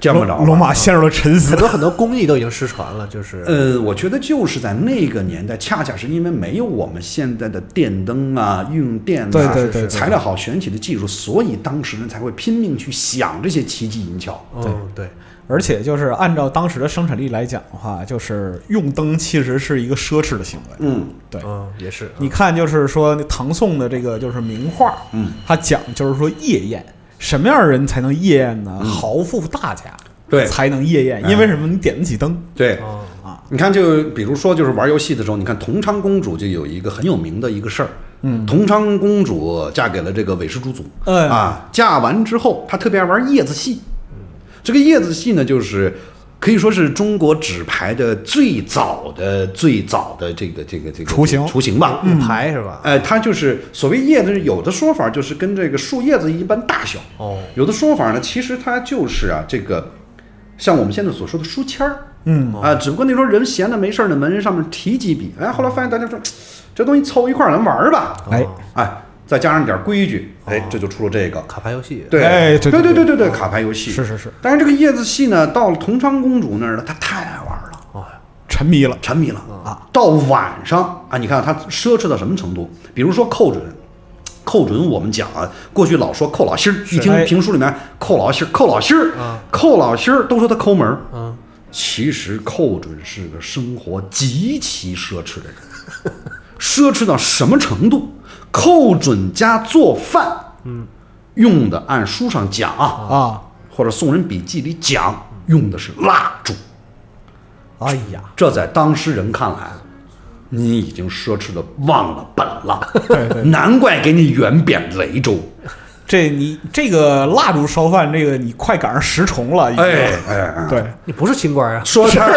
Speaker 5: 见不着吧
Speaker 4: 龙龙马陷入了沉思
Speaker 3: 很。多很多工艺都已经失传了，就是
Speaker 5: 呃，我觉得就是在那个年代，恰恰是因为没有我们现在的电灯啊、用电啊、
Speaker 4: 对对对对
Speaker 5: 材料好、选取的技术，所以当时人才会拼命去想这些奇技淫巧。
Speaker 3: 嗯，对，
Speaker 4: 而且就是按照当时的生产力来讲的话，就是用灯其实是一个奢侈的行为。
Speaker 5: 嗯，
Speaker 4: 对，
Speaker 3: 嗯，也是，
Speaker 4: 你看，就是说那唐宋的这个就是名画，
Speaker 5: 嗯，
Speaker 4: 它讲就是说夜宴，什么样的人才能夜宴呢？豪富大家
Speaker 5: 嗯对
Speaker 4: 才能夜宴，
Speaker 5: 哎
Speaker 4: 因为什么？你点得起灯，
Speaker 5: 对。
Speaker 3: 哦，
Speaker 5: 你看，就比如说，就是玩游戏的时候，你看同昌公主就有一个很有名的一个事儿，
Speaker 4: 嗯
Speaker 5: 同昌公主嫁给了这个韦氏诸族，
Speaker 4: 哎
Speaker 5: 啊，嫁完之后，她特别爱玩叶子戏。这个叶子戏呢，就是可以说是中国纸牌的最早的、最早的这个、这个、这个
Speaker 4: 雏形嗯
Speaker 5: 雏形吧。
Speaker 3: 牌是吧？
Speaker 5: 呃，它就是所谓叶子，有的说法就是跟这个树叶子一般大小，
Speaker 3: 哦，
Speaker 5: 有的说法呢，其实它就是啊，这个像我们现在所说的书签儿，
Speaker 4: 嗯
Speaker 5: 啊，只不过那时候人闲的没事儿呢，门上面提几笔，哎，后来发现大家说嘖这东西凑一块儿咱玩儿吧，
Speaker 4: 哎
Speaker 5: 哎，再加上点儿规矩，哎，这就出了这个。
Speaker 3: 卡牌游戏，
Speaker 5: 对，
Speaker 4: 哦哎对对
Speaker 5: 对对对对对，卡牌游戏
Speaker 4: 是是是。
Speaker 5: 但是这个叶子戏呢，到了同昌公主那儿呢，她太爱玩了。
Speaker 4: 沉迷了，
Speaker 5: 沉迷了啊！到晚上啊，你看他奢侈到什么程度？比如说寇准，寇准我们讲啊，过去老说寇老心儿，一听
Speaker 4: 哎
Speaker 5: 评书里面寇老心儿，寇老心儿
Speaker 3: 啊，
Speaker 5: 寇老心儿都说他抠门儿。
Speaker 3: 嗯，
Speaker 5: 其实寇准是个生活极其奢侈的人， 奢侈到什么程度？寇准家做饭，嗯，用的按书上讲啊，
Speaker 4: 啊，
Speaker 5: 或者《宋人笔记》里讲，用的是蜡烛。
Speaker 3: 哎呀，
Speaker 5: 这在当时人看来，你已经奢侈的忘了本了，
Speaker 4: 对对
Speaker 5: 难怪给你远贬雷州。
Speaker 4: 这你这个蜡烛烧饭，这个你快赶上十重了，已经。
Speaker 5: 哎哎，哎
Speaker 4: 对，
Speaker 3: 你不是清官啊？
Speaker 5: 说他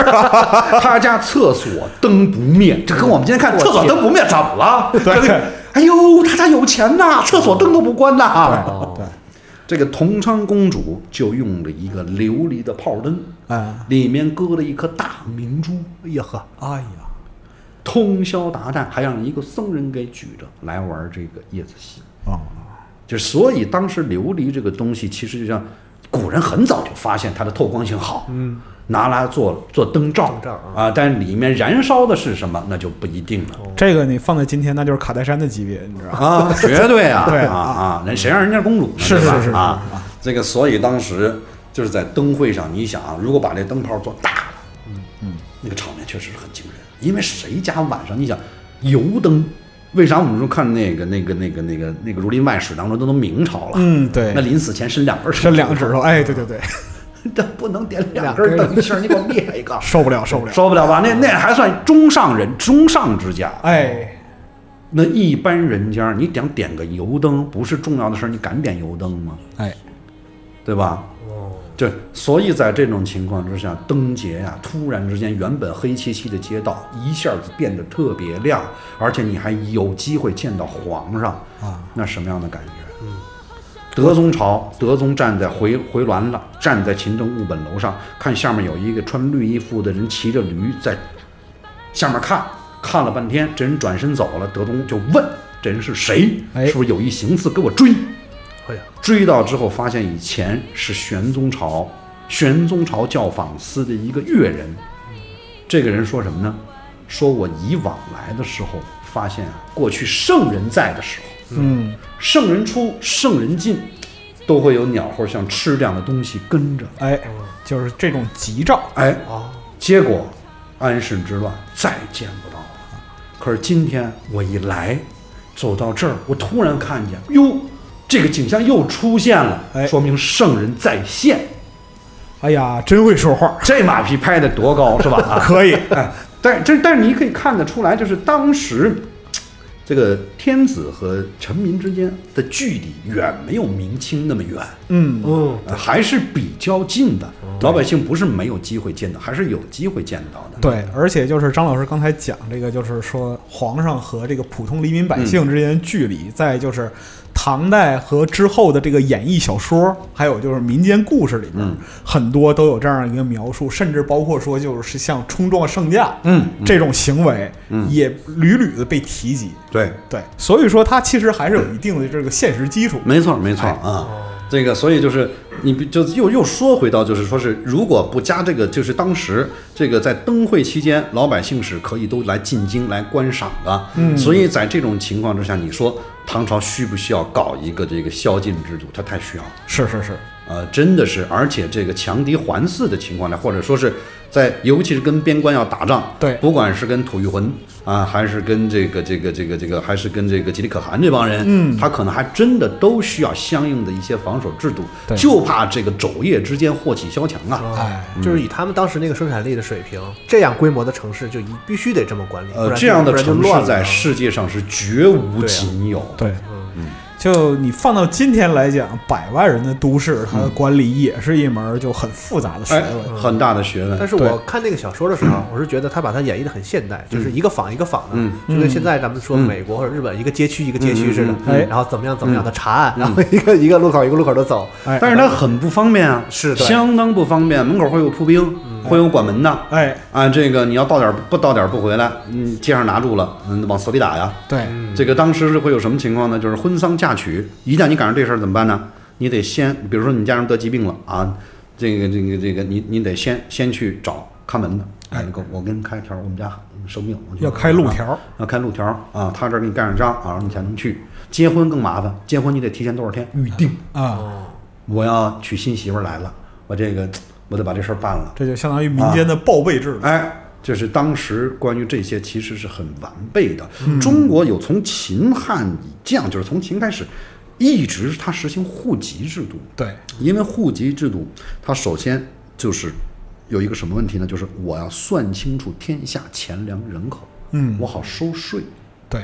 Speaker 5: 他家厕所灯不灭，这跟我们今天看厕所灯不灭怎么了？
Speaker 4: 对
Speaker 5: 跟哎呦，他家有钱呐，厕所灯都不关呐。
Speaker 4: 对，
Speaker 5: 这个同昌公主就用了一个琉璃的炮灯，
Speaker 4: 哎，
Speaker 5: 里面搁了一颗大明珠，
Speaker 3: 哎呀呵，
Speaker 4: 哎呀，
Speaker 5: 通宵达旦，还让一个僧人给举着来玩这个叶子戏。
Speaker 4: 哦，
Speaker 5: 就所以当时琉璃这个东西，其实就像古人很早就发现它的透光性好，嗯，拿来做做灯罩，
Speaker 3: 灯罩
Speaker 5: 啊、但是里面燃烧的是什么，那就不一定了。
Speaker 4: 这个你放在今天，那就是卡戴珊的级别，你知道吗？
Speaker 5: 啊，绝对啊，
Speaker 4: 对
Speaker 5: 啊啊，人谁让人家公主呢？
Speaker 4: 是
Speaker 5: 对吧
Speaker 4: 是是是
Speaker 5: 啊，这个所以当时就是在灯会上，你想啊，如果把这灯泡做大了，嗯嗯，那个场面确实是很惊人，因为谁家晚上你想油灯，为啥我们说看那个那个那个那个那个《儒林外史》当中都都明朝了，
Speaker 4: 嗯，对
Speaker 5: 那，临死前伸两根手指头，
Speaker 4: 伸两个指头，哎，对对对，，
Speaker 5: 但不能点两根灯芯儿，你给我灭一个
Speaker 4: 受不了，受不了，
Speaker 5: 受不了吧？那那还算中上人，中上之家。
Speaker 4: 哎，
Speaker 5: 那一般人家，你想点个油灯不是重要的事儿，你敢点油灯吗？
Speaker 4: 哎，
Speaker 5: 对吧？
Speaker 3: 哦，
Speaker 5: 就所以在这种情况之下，灯节呀、突然之间原本黑漆漆的街道一下子变得特别亮，而且你还有机会见到皇上
Speaker 4: 啊，
Speaker 5: 那什么样的感觉？德宗朝，德宗站在回回銮了，站在勤政务本楼上，看下面有一个穿绿衣服的人骑着驴在下面看，看了半天，这人转身走了，德宗就问这人是谁？
Speaker 4: 哎
Speaker 5: 是不是有意行刺给我追？
Speaker 3: 哎呀，
Speaker 5: 追到之后，发现以前是玄宗朝玄宗朝教坊司的一个乐人。这个人说什么呢？说我以往来的时候，发现啊，过去圣人在的时候，
Speaker 4: 嗯，
Speaker 5: 圣人出，圣人进，都会有鸟或像吃这样的东西跟着。
Speaker 4: 哎，就是这种吉兆，
Speaker 5: 哎，
Speaker 3: 哦，
Speaker 5: 结果安史之乱再见不到了。可是今天我一来，走到这儿，我突然看见，哟，这个景象又出现了，
Speaker 4: 哎
Speaker 5: 说明圣人再现。
Speaker 4: 哎呀，真会说话，
Speaker 5: 这马屁拍得多高是吧？啊，
Speaker 4: 可以，
Speaker 5: 哎，但这但是你可以看得出来，就是当时这个天子和臣民之间的距离远没有明清那么远，
Speaker 4: 嗯，
Speaker 3: 嗯，
Speaker 5: 还是比较近的。老百姓不是没有机会见到，还是有机会见到的。
Speaker 4: 对，而且就是张老师刚才讲这个，就是说皇上和这个普通黎民百
Speaker 5: 嗯
Speaker 4: 姓之间的距离，再就是唐代和之后的这个演义小说，还有就是民间故事里面，
Speaker 5: 嗯
Speaker 4: 很多都有这样一个描述，甚至包括说就是像冲撞圣驾、
Speaker 5: 嗯，嗯，
Speaker 4: 这种行为，
Speaker 5: 嗯
Speaker 4: 也屡屡的被提及。
Speaker 5: 对，
Speaker 4: 对，所以说它其实还是有一定的这个现实基础。
Speaker 5: 没错没错啊。这个，所以就是你比就又又说回到，就是说是如果不加这个，就是当时这个在灯会期间，老百姓是可以都来进京来观赏的。嗯，所以在这种情况之下，你说唐朝需不需要搞一个这个宵禁制度？它太需要了。
Speaker 4: 是是是，
Speaker 5: 呃，真的是，而且这个强敌环伺的情况下，或者说是在，尤其是跟边关要打仗，
Speaker 4: 对
Speaker 5: 不管是跟吐谷浑啊，还是跟这个这个这个这个，还是跟这个吉里可汗这帮人，嗯，他可能还真的都需要相应的一些防守制度，
Speaker 4: 对
Speaker 5: 就怕这个昼夜之间祸起萧墙啊。
Speaker 4: 哎，
Speaker 3: 就是以他们当时那个生产力的水平，这样规模的城市就一必须得这么管理，不
Speaker 5: 呃，
Speaker 3: 然
Speaker 5: 这样的
Speaker 3: 不然就
Speaker 5: 城市嗯
Speaker 3: 乱了
Speaker 5: 在世界上是绝无仅有。
Speaker 4: 对，
Speaker 3: 嗯
Speaker 4: 就你放到今天来讲，百万人的都市，它的管理也是一门就很复杂的学
Speaker 5: 嗯哎
Speaker 4: 问。，
Speaker 5: 很大的学问
Speaker 3: 啊但。是
Speaker 4: 对
Speaker 3: 我看那个小说的时候，我是觉得他把它演绎的很现代，就是一个仿一个仿的，
Speaker 5: 嗯
Speaker 3: 就跟现在咱们说美国或者日本一个街区一个街区似的，
Speaker 4: 嗯哎
Speaker 3: 然后怎么样怎么样的查
Speaker 5: 嗯
Speaker 3: 案，然后一个一个路口一个路口的走，
Speaker 4: 哎，
Speaker 5: 但是它很不方便啊，
Speaker 3: 是嗯的
Speaker 5: 相当不方便。门口会有铺兵，会有管门的。
Speaker 4: 哎，
Speaker 5: 啊，这个你要到点儿不到点儿不回来，嗯，街上拿住了，嗯，往死里打呀。
Speaker 4: 对，
Speaker 5: 这个当时是会有什么情况呢？就是婚丧嫁娶，一旦你赶上这事儿怎么办呢？你得先，比如说你家人得疾病了啊，这个这个这个，你你得先先去找看门的。哎，那个我跟开条儿，我们家生病，我去
Speaker 4: 要开路条儿
Speaker 5: 啊要开路条儿啊，他这儿给你盖上章啊，你才能去。结婚更麻烦，结婚你得提前多少天预定？
Speaker 4: 啊，
Speaker 5: 我要娶新媳妇儿来了，我这个我得把这事儿办了。
Speaker 4: 这就相当于民间的报备制度。
Speaker 5: 哎，就是当时关于这些其实是很完备的。中国有从秦汉以降，就是从秦开始，一直它实行户籍制度。
Speaker 4: 对，
Speaker 5: 因为户籍制度，它首先就是有一个什么问题呢？就是我要算清楚天下钱粮人口，
Speaker 4: 嗯
Speaker 5: 我好收税。
Speaker 4: 对，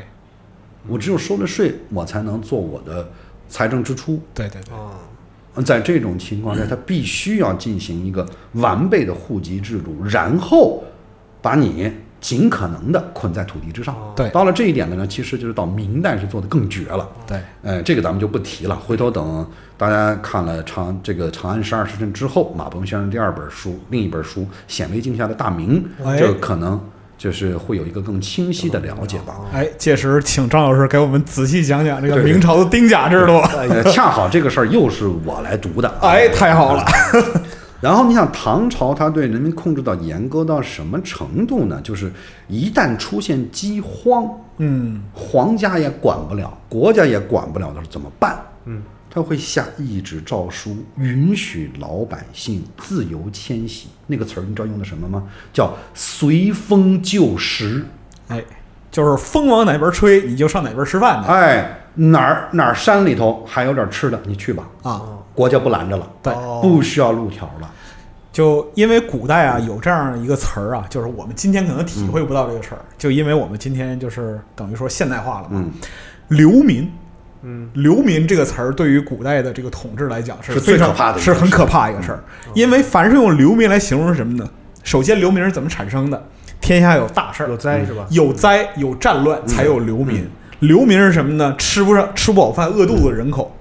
Speaker 5: 我只有收了税，我才能做我的财政支出。
Speaker 4: 对对对，
Speaker 3: 嗯，
Speaker 5: 在这种情况下，他必须要进行一个完备的户籍制度，然后把你尽可能的捆在土地之上。
Speaker 4: 对
Speaker 5: 到了这一点的呢，其实就是到明代是做的更绝了。
Speaker 4: 对，
Speaker 5: 呃，这个咱们就不提了，回头等大家看了长这个《长安十二时辰》之后，马伯庸先生第二本书，另一本书《显微镜下的大明》，
Speaker 4: 哎
Speaker 5: 这可能就是会有一个更清晰的了解吧。
Speaker 4: 哎，届时请张老师给我们仔细讲讲这个
Speaker 5: 对对
Speaker 4: 明朝的丁甲制度。
Speaker 5: 呃，恰好这个事儿又是我来读的，
Speaker 4: 哎，太好了，
Speaker 5: 然后你想，唐朝他对人民控制到严格到什么程度呢？就是一旦出现饥荒，
Speaker 4: 嗯，
Speaker 5: 皇家也管不了，国家也管不了的时候怎么办？嗯，他会下一纸诏书，允许老百姓自由迁徙。那个词儿你知道用的什么吗？叫随风就食。
Speaker 4: 哎，就是风往哪边吹，你就上哪边吃饭去
Speaker 5: 哎，哪儿哪儿山里头还有点吃的，你去吧，
Speaker 4: 啊。
Speaker 5: 国家不拦着了，
Speaker 4: 对，
Speaker 5: 不需要路条了。
Speaker 4: 就因为古代啊有这样一个词儿啊，就是我们今天可能体会不到这个词儿，就因为我们今天就是等于说现代化了嘛。
Speaker 5: 嗯，
Speaker 4: 流民，嗯，流民这个词儿对于古代的这个统治来讲
Speaker 5: 是
Speaker 4: 非常
Speaker 5: 最可怕的一
Speaker 4: 是
Speaker 5: 个
Speaker 4: 很可怕一个事儿。因为凡是用流民来形容是什么呢？首先，流民是怎么产生的？天下有大事儿，
Speaker 3: 有灾是吧？
Speaker 4: 有灾有战乱，才有流民。流民是什么呢？吃不上吃不饱饭、饿肚子的人口，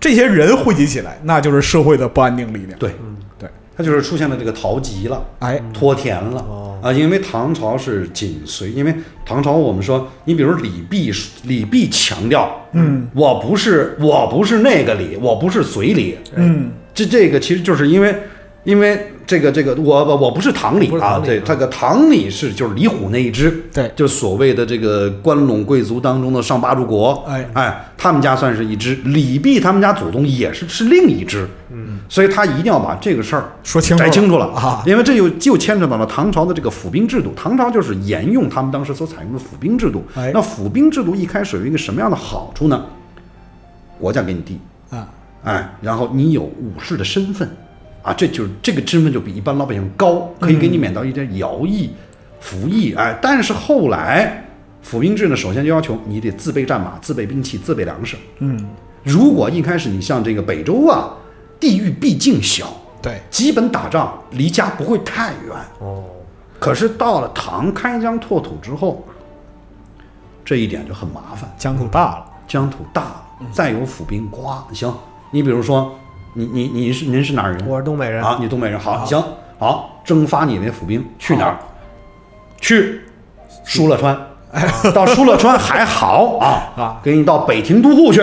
Speaker 4: 这些人汇集起来，那就是社会的不安定力量。
Speaker 5: 对，
Speaker 4: 对，
Speaker 5: 它就是出现了这个逃籍了。
Speaker 4: 哎，
Speaker 5: 脱田了
Speaker 3: 哦
Speaker 5: 啊、因为唐朝是紧随，因为唐朝我们说，你比如李泌，李泌强调，
Speaker 4: 嗯，
Speaker 5: 我不是我不是那个李，我不是隋李，
Speaker 4: 嗯，
Speaker 5: 这这个其实就是因为因为这个这个我我我不是唐李
Speaker 3: 不是
Speaker 5: 啊，
Speaker 3: 唐李
Speaker 5: 对，
Speaker 3: 啊
Speaker 5: 这个唐李是就是李虎那一支，
Speaker 4: 对
Speaker 5: 就是所谓的这个关陇贵族当中的上八柱国，
Speaker 4: 哎
Speaker 5: 哎，他们家算是一支，李泌他们家祖宗也是是另一支，嗯，所以他一定要把这个事儿
Speaker 4: 说清楚
Speaker 5: 摘清楚
Speaker 4: 了
Speaker 5: 了
Speaker 4: 啊
Speaker 5: 因为这又就牵扯到了唐朝的这个府兵制度，唐朝就是沿用他们当时所采用的府兵制度。
Speaker 4: 哎
Speaker 5: 那府兵制度一开始有一个什么样的好处呢？国家给你地，
Speaker 4: 啊，
Speaker 5: 哎，然后你有武士的身份，啊，这就是这个身份就比一般老百姓高，可以给你免到一点徭役、服役，哎，但是后来府兵制呢，首先就要求你得自备战马、自备兵器、自备粮食。
Speaker 4: 嗯，
Speaker 5: 如果一开始你像这个北周啊，地域毕竟小，
Speaker 4: 对，
Speaker 5: 基本打仗离家不会太远。
Speaker 3: 哦，
Speaker 5: 可是到了唐开疆拓土之后，这一点就很麻烦，
Speaker 4: 疆土大了，
Speaker 5: 疆土大了，
Speaker 4: 嗯
Speaker 5: 再有府兵，呱，行，你比如说，你你你是您是哪儿人？
Speaker 3: 我是东北人，
Speaker 5: 啊，你东北人，好，行，好，征发你那府兵去哪儿？去疏勒川，到疏勒川还好
Speaker 4: 哎 啊
Speaker 5: 啊，给你到北庭都护去。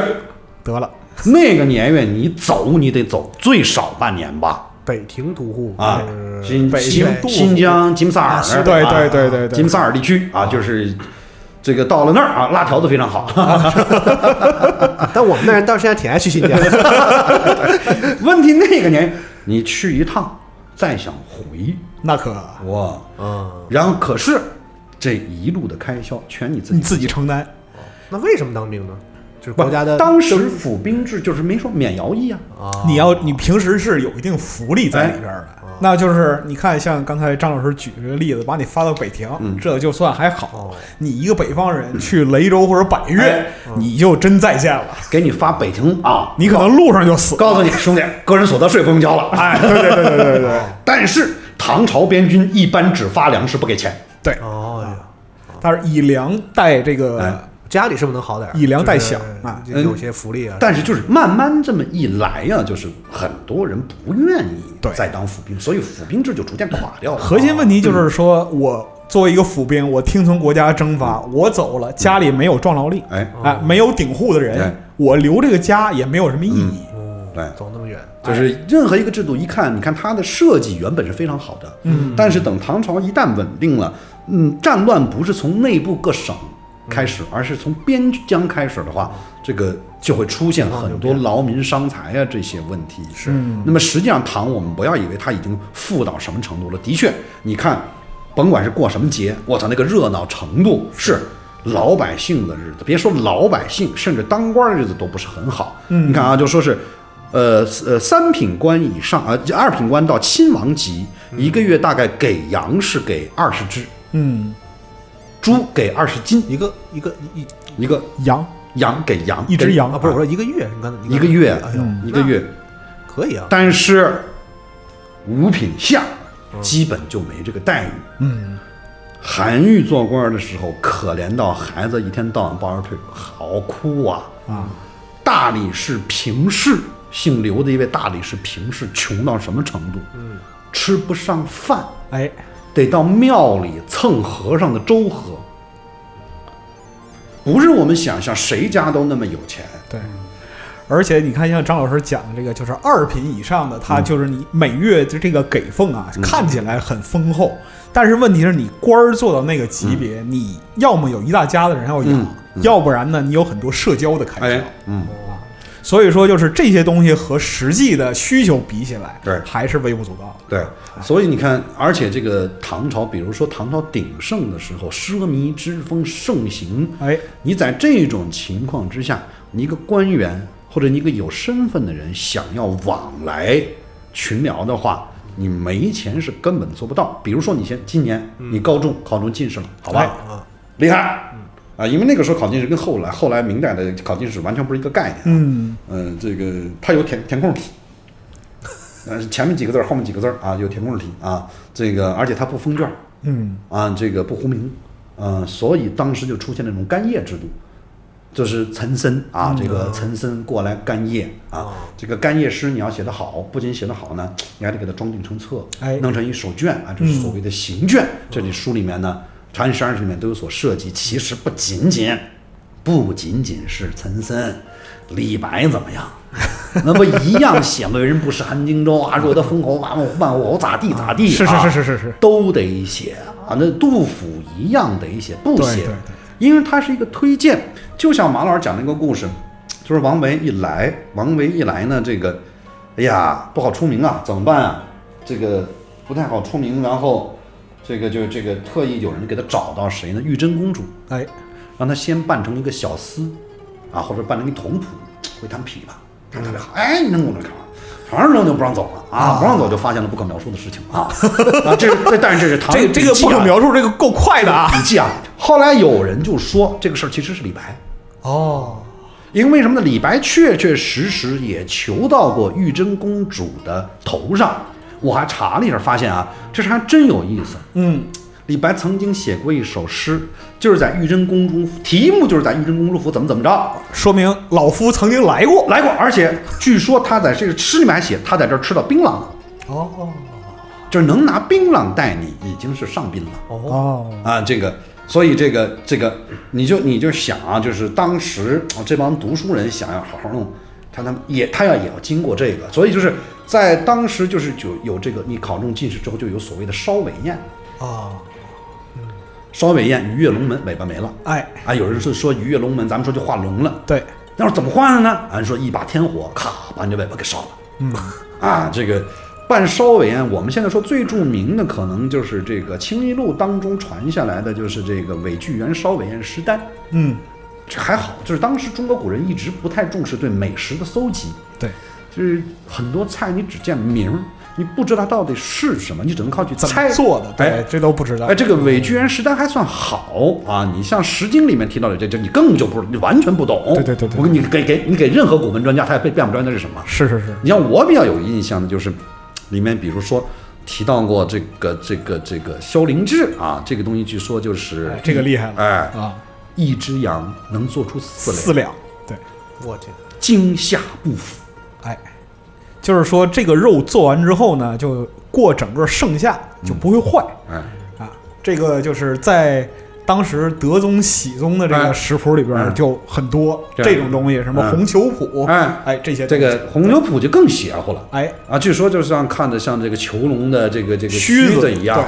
Speaker 4: 得了，
Speaker 5: 那个年月你走，你得走最少半年吧。
Speaker 3: 北庭屠户呃
Speaker 5: 啊，
Speaker 3: 就是
Speaker 5: 新
Speaker 4: 嗯北
Speaker 5: 新
Speaker 4: 京杜甫
Speaker 5: 新疆吉木萨尔，
Speaker 4: 啊是对
Speaker 5: 啊
Speaker 4: 对对对对
Speaker 5: 吉木萨尔地区啊，就是这个到了那儿啊，辣条子非常好。
Speaker 3: 啊但我们那儿到现在挺爱去新疆的，
Speaker 5: 问题那个年 你去一趟，再想回，
Speaker 4: 那可
Speaker 5: 哇，
Speaker 3: 嗯，
Speaker 5: 然后可是这一路的开销全你自己
Speaker 4: 你自己承担。
Speaker 3: 那为什么当兵呢？就是
Speaker 5: 不
Speaker 3: 国家的
Speaker 5: 当时府兵制就是没说免徭役啊，
Speaker 3: 啊，
Speaker 4: 你要你平时是有一定福利在里边
Speaker 5: 哎
Speaker 4: 儿
Speaker 5: 嗯
Speaker 4: 的，那就是你看，像刚才张老师举这个例子，把你发到北庭，
Speaker 5: 嗯
Speaker 4: 这就算还好
Speaker 3: 哦。
Speaker 4: 你一个北方人去雷州或者百
Speaker 5: 哎
Speaker 4: 越，你就真在线了，
Speaker 5: 给你发北庭啊，
Speaker 4: 你可能路上就死了。
Speaker 5: 告诉你兄弟，个人所得税不用交了。哎， 对对对对对对。但是唐朝边军一般只发粮食不给钱，
Speaker 4: 对，
Speaker 3: 哦呀，
Speaker 4: 但是以粮代这
Speaker 5: 嗯哎
Speaker 4: 个，
Speaker 3: 家里是不是能好点儿？
Speaker 4: 以粮代小
Speaker 3: 就是
Speaker 4: 啊
Speaker 3: 就有些福利啊，
Speaker 5: 但是就是慢慢这么一来呀、就是很多人不愿意
Speaker 4: 对
Speaker 5: 再当府兵，所以府兵制就逐渐垮掉了。
Speaker 4: 核心问题
Speaker 5: 嗯
Speaker 4: 就是说，我作为一个府兵，我听从国家征发，我走了，家里没有壮劳力，
Speaker 5: 嗯哎，
Speaker 4: 哎，没有顶户的
Speaker 5: 哎
Speaker 4: 人，我留这个家也没有什么意义。
Speaker 5: 对，
Speaker 3: 走那么远，
Speaker 5: 就是任何一个制度，一看，你看它的设计原本是非常好的，嗯，但是等唐朝一旦稳定了，嗯，战乱不是从内部各省开始，而是从边疆开始的话，这个就会出现很多劳民伤财啊这些问题。是，嗯那么实际上唐，我们不要以为它已经富到什么程度了，的确，你看，甭管是过什么节，我操，那个热闹程度是。老百姓的日子，别说老百姓，甚至当官的日子都不是很好。嗯，你看啊，就说是呃呃，三品官以上啊，呃二品官到亲王级，一个月大概给羊是给二十只，
Speaker 4: 嗯，
Speaker 5: 猪给二十斤，
Speaker 3: 一个一个一一
Speaker 5: 一个
Speaker 4: 羊
Speaker 5: 羊给羊
Speaker 4: 一只羊
Speaker 3: 啊，不是我说一个月，你刚才
Speaker 5: 一个月嗯
Speaker 3: 哎呦，
Speaker 5: 一个月，
Speaker 3: 可以啊，
Speaker 5: 但是五品下基本就没这个待遇。嗯，韩愈做官的时候，可怜到孩子一天到晚抱着腿好哭啊啊！大理寺平氏姓刘的一位大理寺平氏，穷到什么程度？嗯，吃不上饭，
Speaker 4: 哎，
Speaker 5: 得到庙里蹭和尚的粥喝。不是我们想象谁家都那么有钱，
Speaker 4: 对。而且你看，像张老师讲的这个，就是二品以上的，他就是你每月的这个给俸啊，
Speaker 5: 嗯
Speaker 4: 看起来很丰厚，但是问题是你官儿做到那个级别，你要么有一大家子人要养，
Speaker 5: 嗯
Speaker 4: 要不然呢，你有很多社交的开销。
Speaker 5: 哎，嗯，
Speaker 4: 所以说，就是这些东西和实际的需求比起来，
Speaker 5: 对
Speaker 4: 还是微不足道。
Speaker 5: 对，所以你看，而且这个唐朝，比如说唐朝鼎盛的时候，奢靡之风盛行，
Speaker 4: 哎，
Speaker 5: 你在这种情况之下，你一个官员或者你一个有身份的人想要往来群聊的话，你没钱是根本做不到。比如说，你先今年你高中考中进士了，好吧？
Speaker 3: 啊，
Speaker 5: 厉害啊！因为那个时候考进士跟后来后来明代的考进士完全不是一个概念。
Speaker 4: 嗯，
Speaker 5: 嗯，这个它有填填空题，呃，前面几个字儿，后面几个字儿啊，有填空题啊。这个而且它不封卷，
Speaker 4: 嗯，
Speaker 5: 啊，这个不糊名，嗯、所以当时就出现那种干谒制度，就是岑参啊，这
Speaker 4: 嗯
Speaker 5: 个岑参过来干谒
Speaker 4: 哦
Speaker 5: 啊，这个干谒诗你要写得好，不仅写得好呢，你还得给它装订成册，
Speaker 4: 哎嗯
Speaker 5: 弄成一手卷啊，这是所谓的行卷。这里书里面呢，《长安十二里面都有所涉及，其实不仅仅，不仅仅是岑参，李白怎么样？那不一样写了“人不识汉荆州”啊，若得封侯万万户侯，咋地咋地、啊？
Speaker 4: 是是是是是是
Speaker 5: 都得写啊。那杜甫一样得写，不
Speaker 4: 对
Speaker 5: 写，
Speaker 4: 对对
Speaker 5: 因为它是一个推荐。就像马老师讲那个故事，就是王维一来，王维一来呢，这个，哎呀，不好出名啊，怎么办啊？这个不太好出名，然后这个就这个特意有人给他找到谁呢？玉真公主，
Speaker 4: 哎，
Speaker 5: 让他先扮成一个小厮，啊，或者扮成一童仆，会弹琵琶，弹特别好。哎，你弄过来干嘛？反正扔就不让走了啊，不让走就发现了不可描述的事情啊 啊！这这但是这是唐 啊
Speaker 4: 这这个不可描述，这个够快的啊！
Speaker 5: 笔记啊。后来有人就说这个事儿其实是李白，
Speaker 4: 哦，
Speaker 5: 因为什么呢？李白确确实实也求到过玉真公主的头上。我还查了一下，发现啊，这事还真有意思。
Speaker 4: 嗯，
Speaker 5: 李白曾经写过一首诗，就是在玉真公主，题目就是在玉真公主府怎么怎么着
Speaker 4: 说明老夫曾经来过。
Speaker 5: 来过，而且据说他在这个诗里面还写，他在这儿吃到槟榔了，
Speaker 4: 哦
Speaker 5: 就是能拿槟榔待你，已经是上宾了。
Speaker 3: 哦，
Speaker 4: 哦，
Speaker 5: 啊，这个，所以这个这个，你就你就想啊，就是当时啊这帮读书人想要好好弄，他他们也他要也要经过这个，所以就是在当时
Speaker 4: 哦
Speaker 5: 就是就有这个，你考中进士之后就有所谓的烧尾宴，
Speaker 4: 啊，
Speaker 5: 烧尾雁鱼跃龙门，尾巴没了。
Speaker 4: 哎，
Speaker 5: 啊，有人是说鱼跃龙门，咱们说就画龙了。
Speaker 4: 对，
Speaker 5: 那会儿怎么画的呢？俺说一把天火，咔，把你的尾巴给烧了。
Speaker 4: 嗯，
Speaker 5: 啊，这个半烧尾雁，我们现在说最著名的可能就是这个清一路当中传下来的就是这个尾巨源烧尾雁食单。
Speaker 4: 嗯，
Speaker 5: 这还好，就是当时中国古人一直不太重视对美食的搜集，
Speaker 4: 对，
Speaker 5: 就是很多菜你只见名儿，你不知道它到底是什么，你只能靠去
Speaker 4: 怎么
Speaker 5: 猜
Speaker 4: 做的？对
Speaker 5: 哎，
Speaker 4: 这都不知道
Speaker 5: 哎，。这个伪居然食单还算好啊！你像《诗经》里面提到的这这，你根本就不，你完全不懂。
Speaker 4: 对对对对
Speaker 5: 我跟你给给你给任何古文专家，他也背背不出来那是什么。
Speaker 4: 是是是，
Speaker 5: 你像我比较有印象的就是，里面比如说提到过这个这个这个萧灵志啊，这个东西据说就是
Speaker 4: 哎这个厉害了
Speaker 5: 哎，
Speaker 4: 啊，
Speaker 5: 一只羊能做出四两，
Speaker 4: 四两，对，
Speaker 3: 我天，
Speaker 5: 惊吓不腐。
Speaker 4: 哎，就是说这个肉做完之后呢，就过整个盛夏就不会坏
Speaker 5: 哎，
Speaker 4: 啊。这个就是在当时德宗、喜宗的这
Speaker 5: 哎
Speaker 4: 个食谱里边儿
Speaker 5: 嗯
Speaker 4: 就很多
Speaker 5: 对
Speaker 4: 这种东西，什么
Speaker 5: 嗯
Speaker 4: 红球谱，
Speaker 5: 哎
Speaker 4: 哎，这些
Speaker 5: 这
Speaker 4: 东西
Speaker 5: 个红牛谱就更邪乎了。
Speaker 4: 哎，
Speaker 5: 啊，据说就是像看着像这个囚笼的这个这个
Speaker 4: 须子
Speaker 5: 子一样
Speaker 4: 对，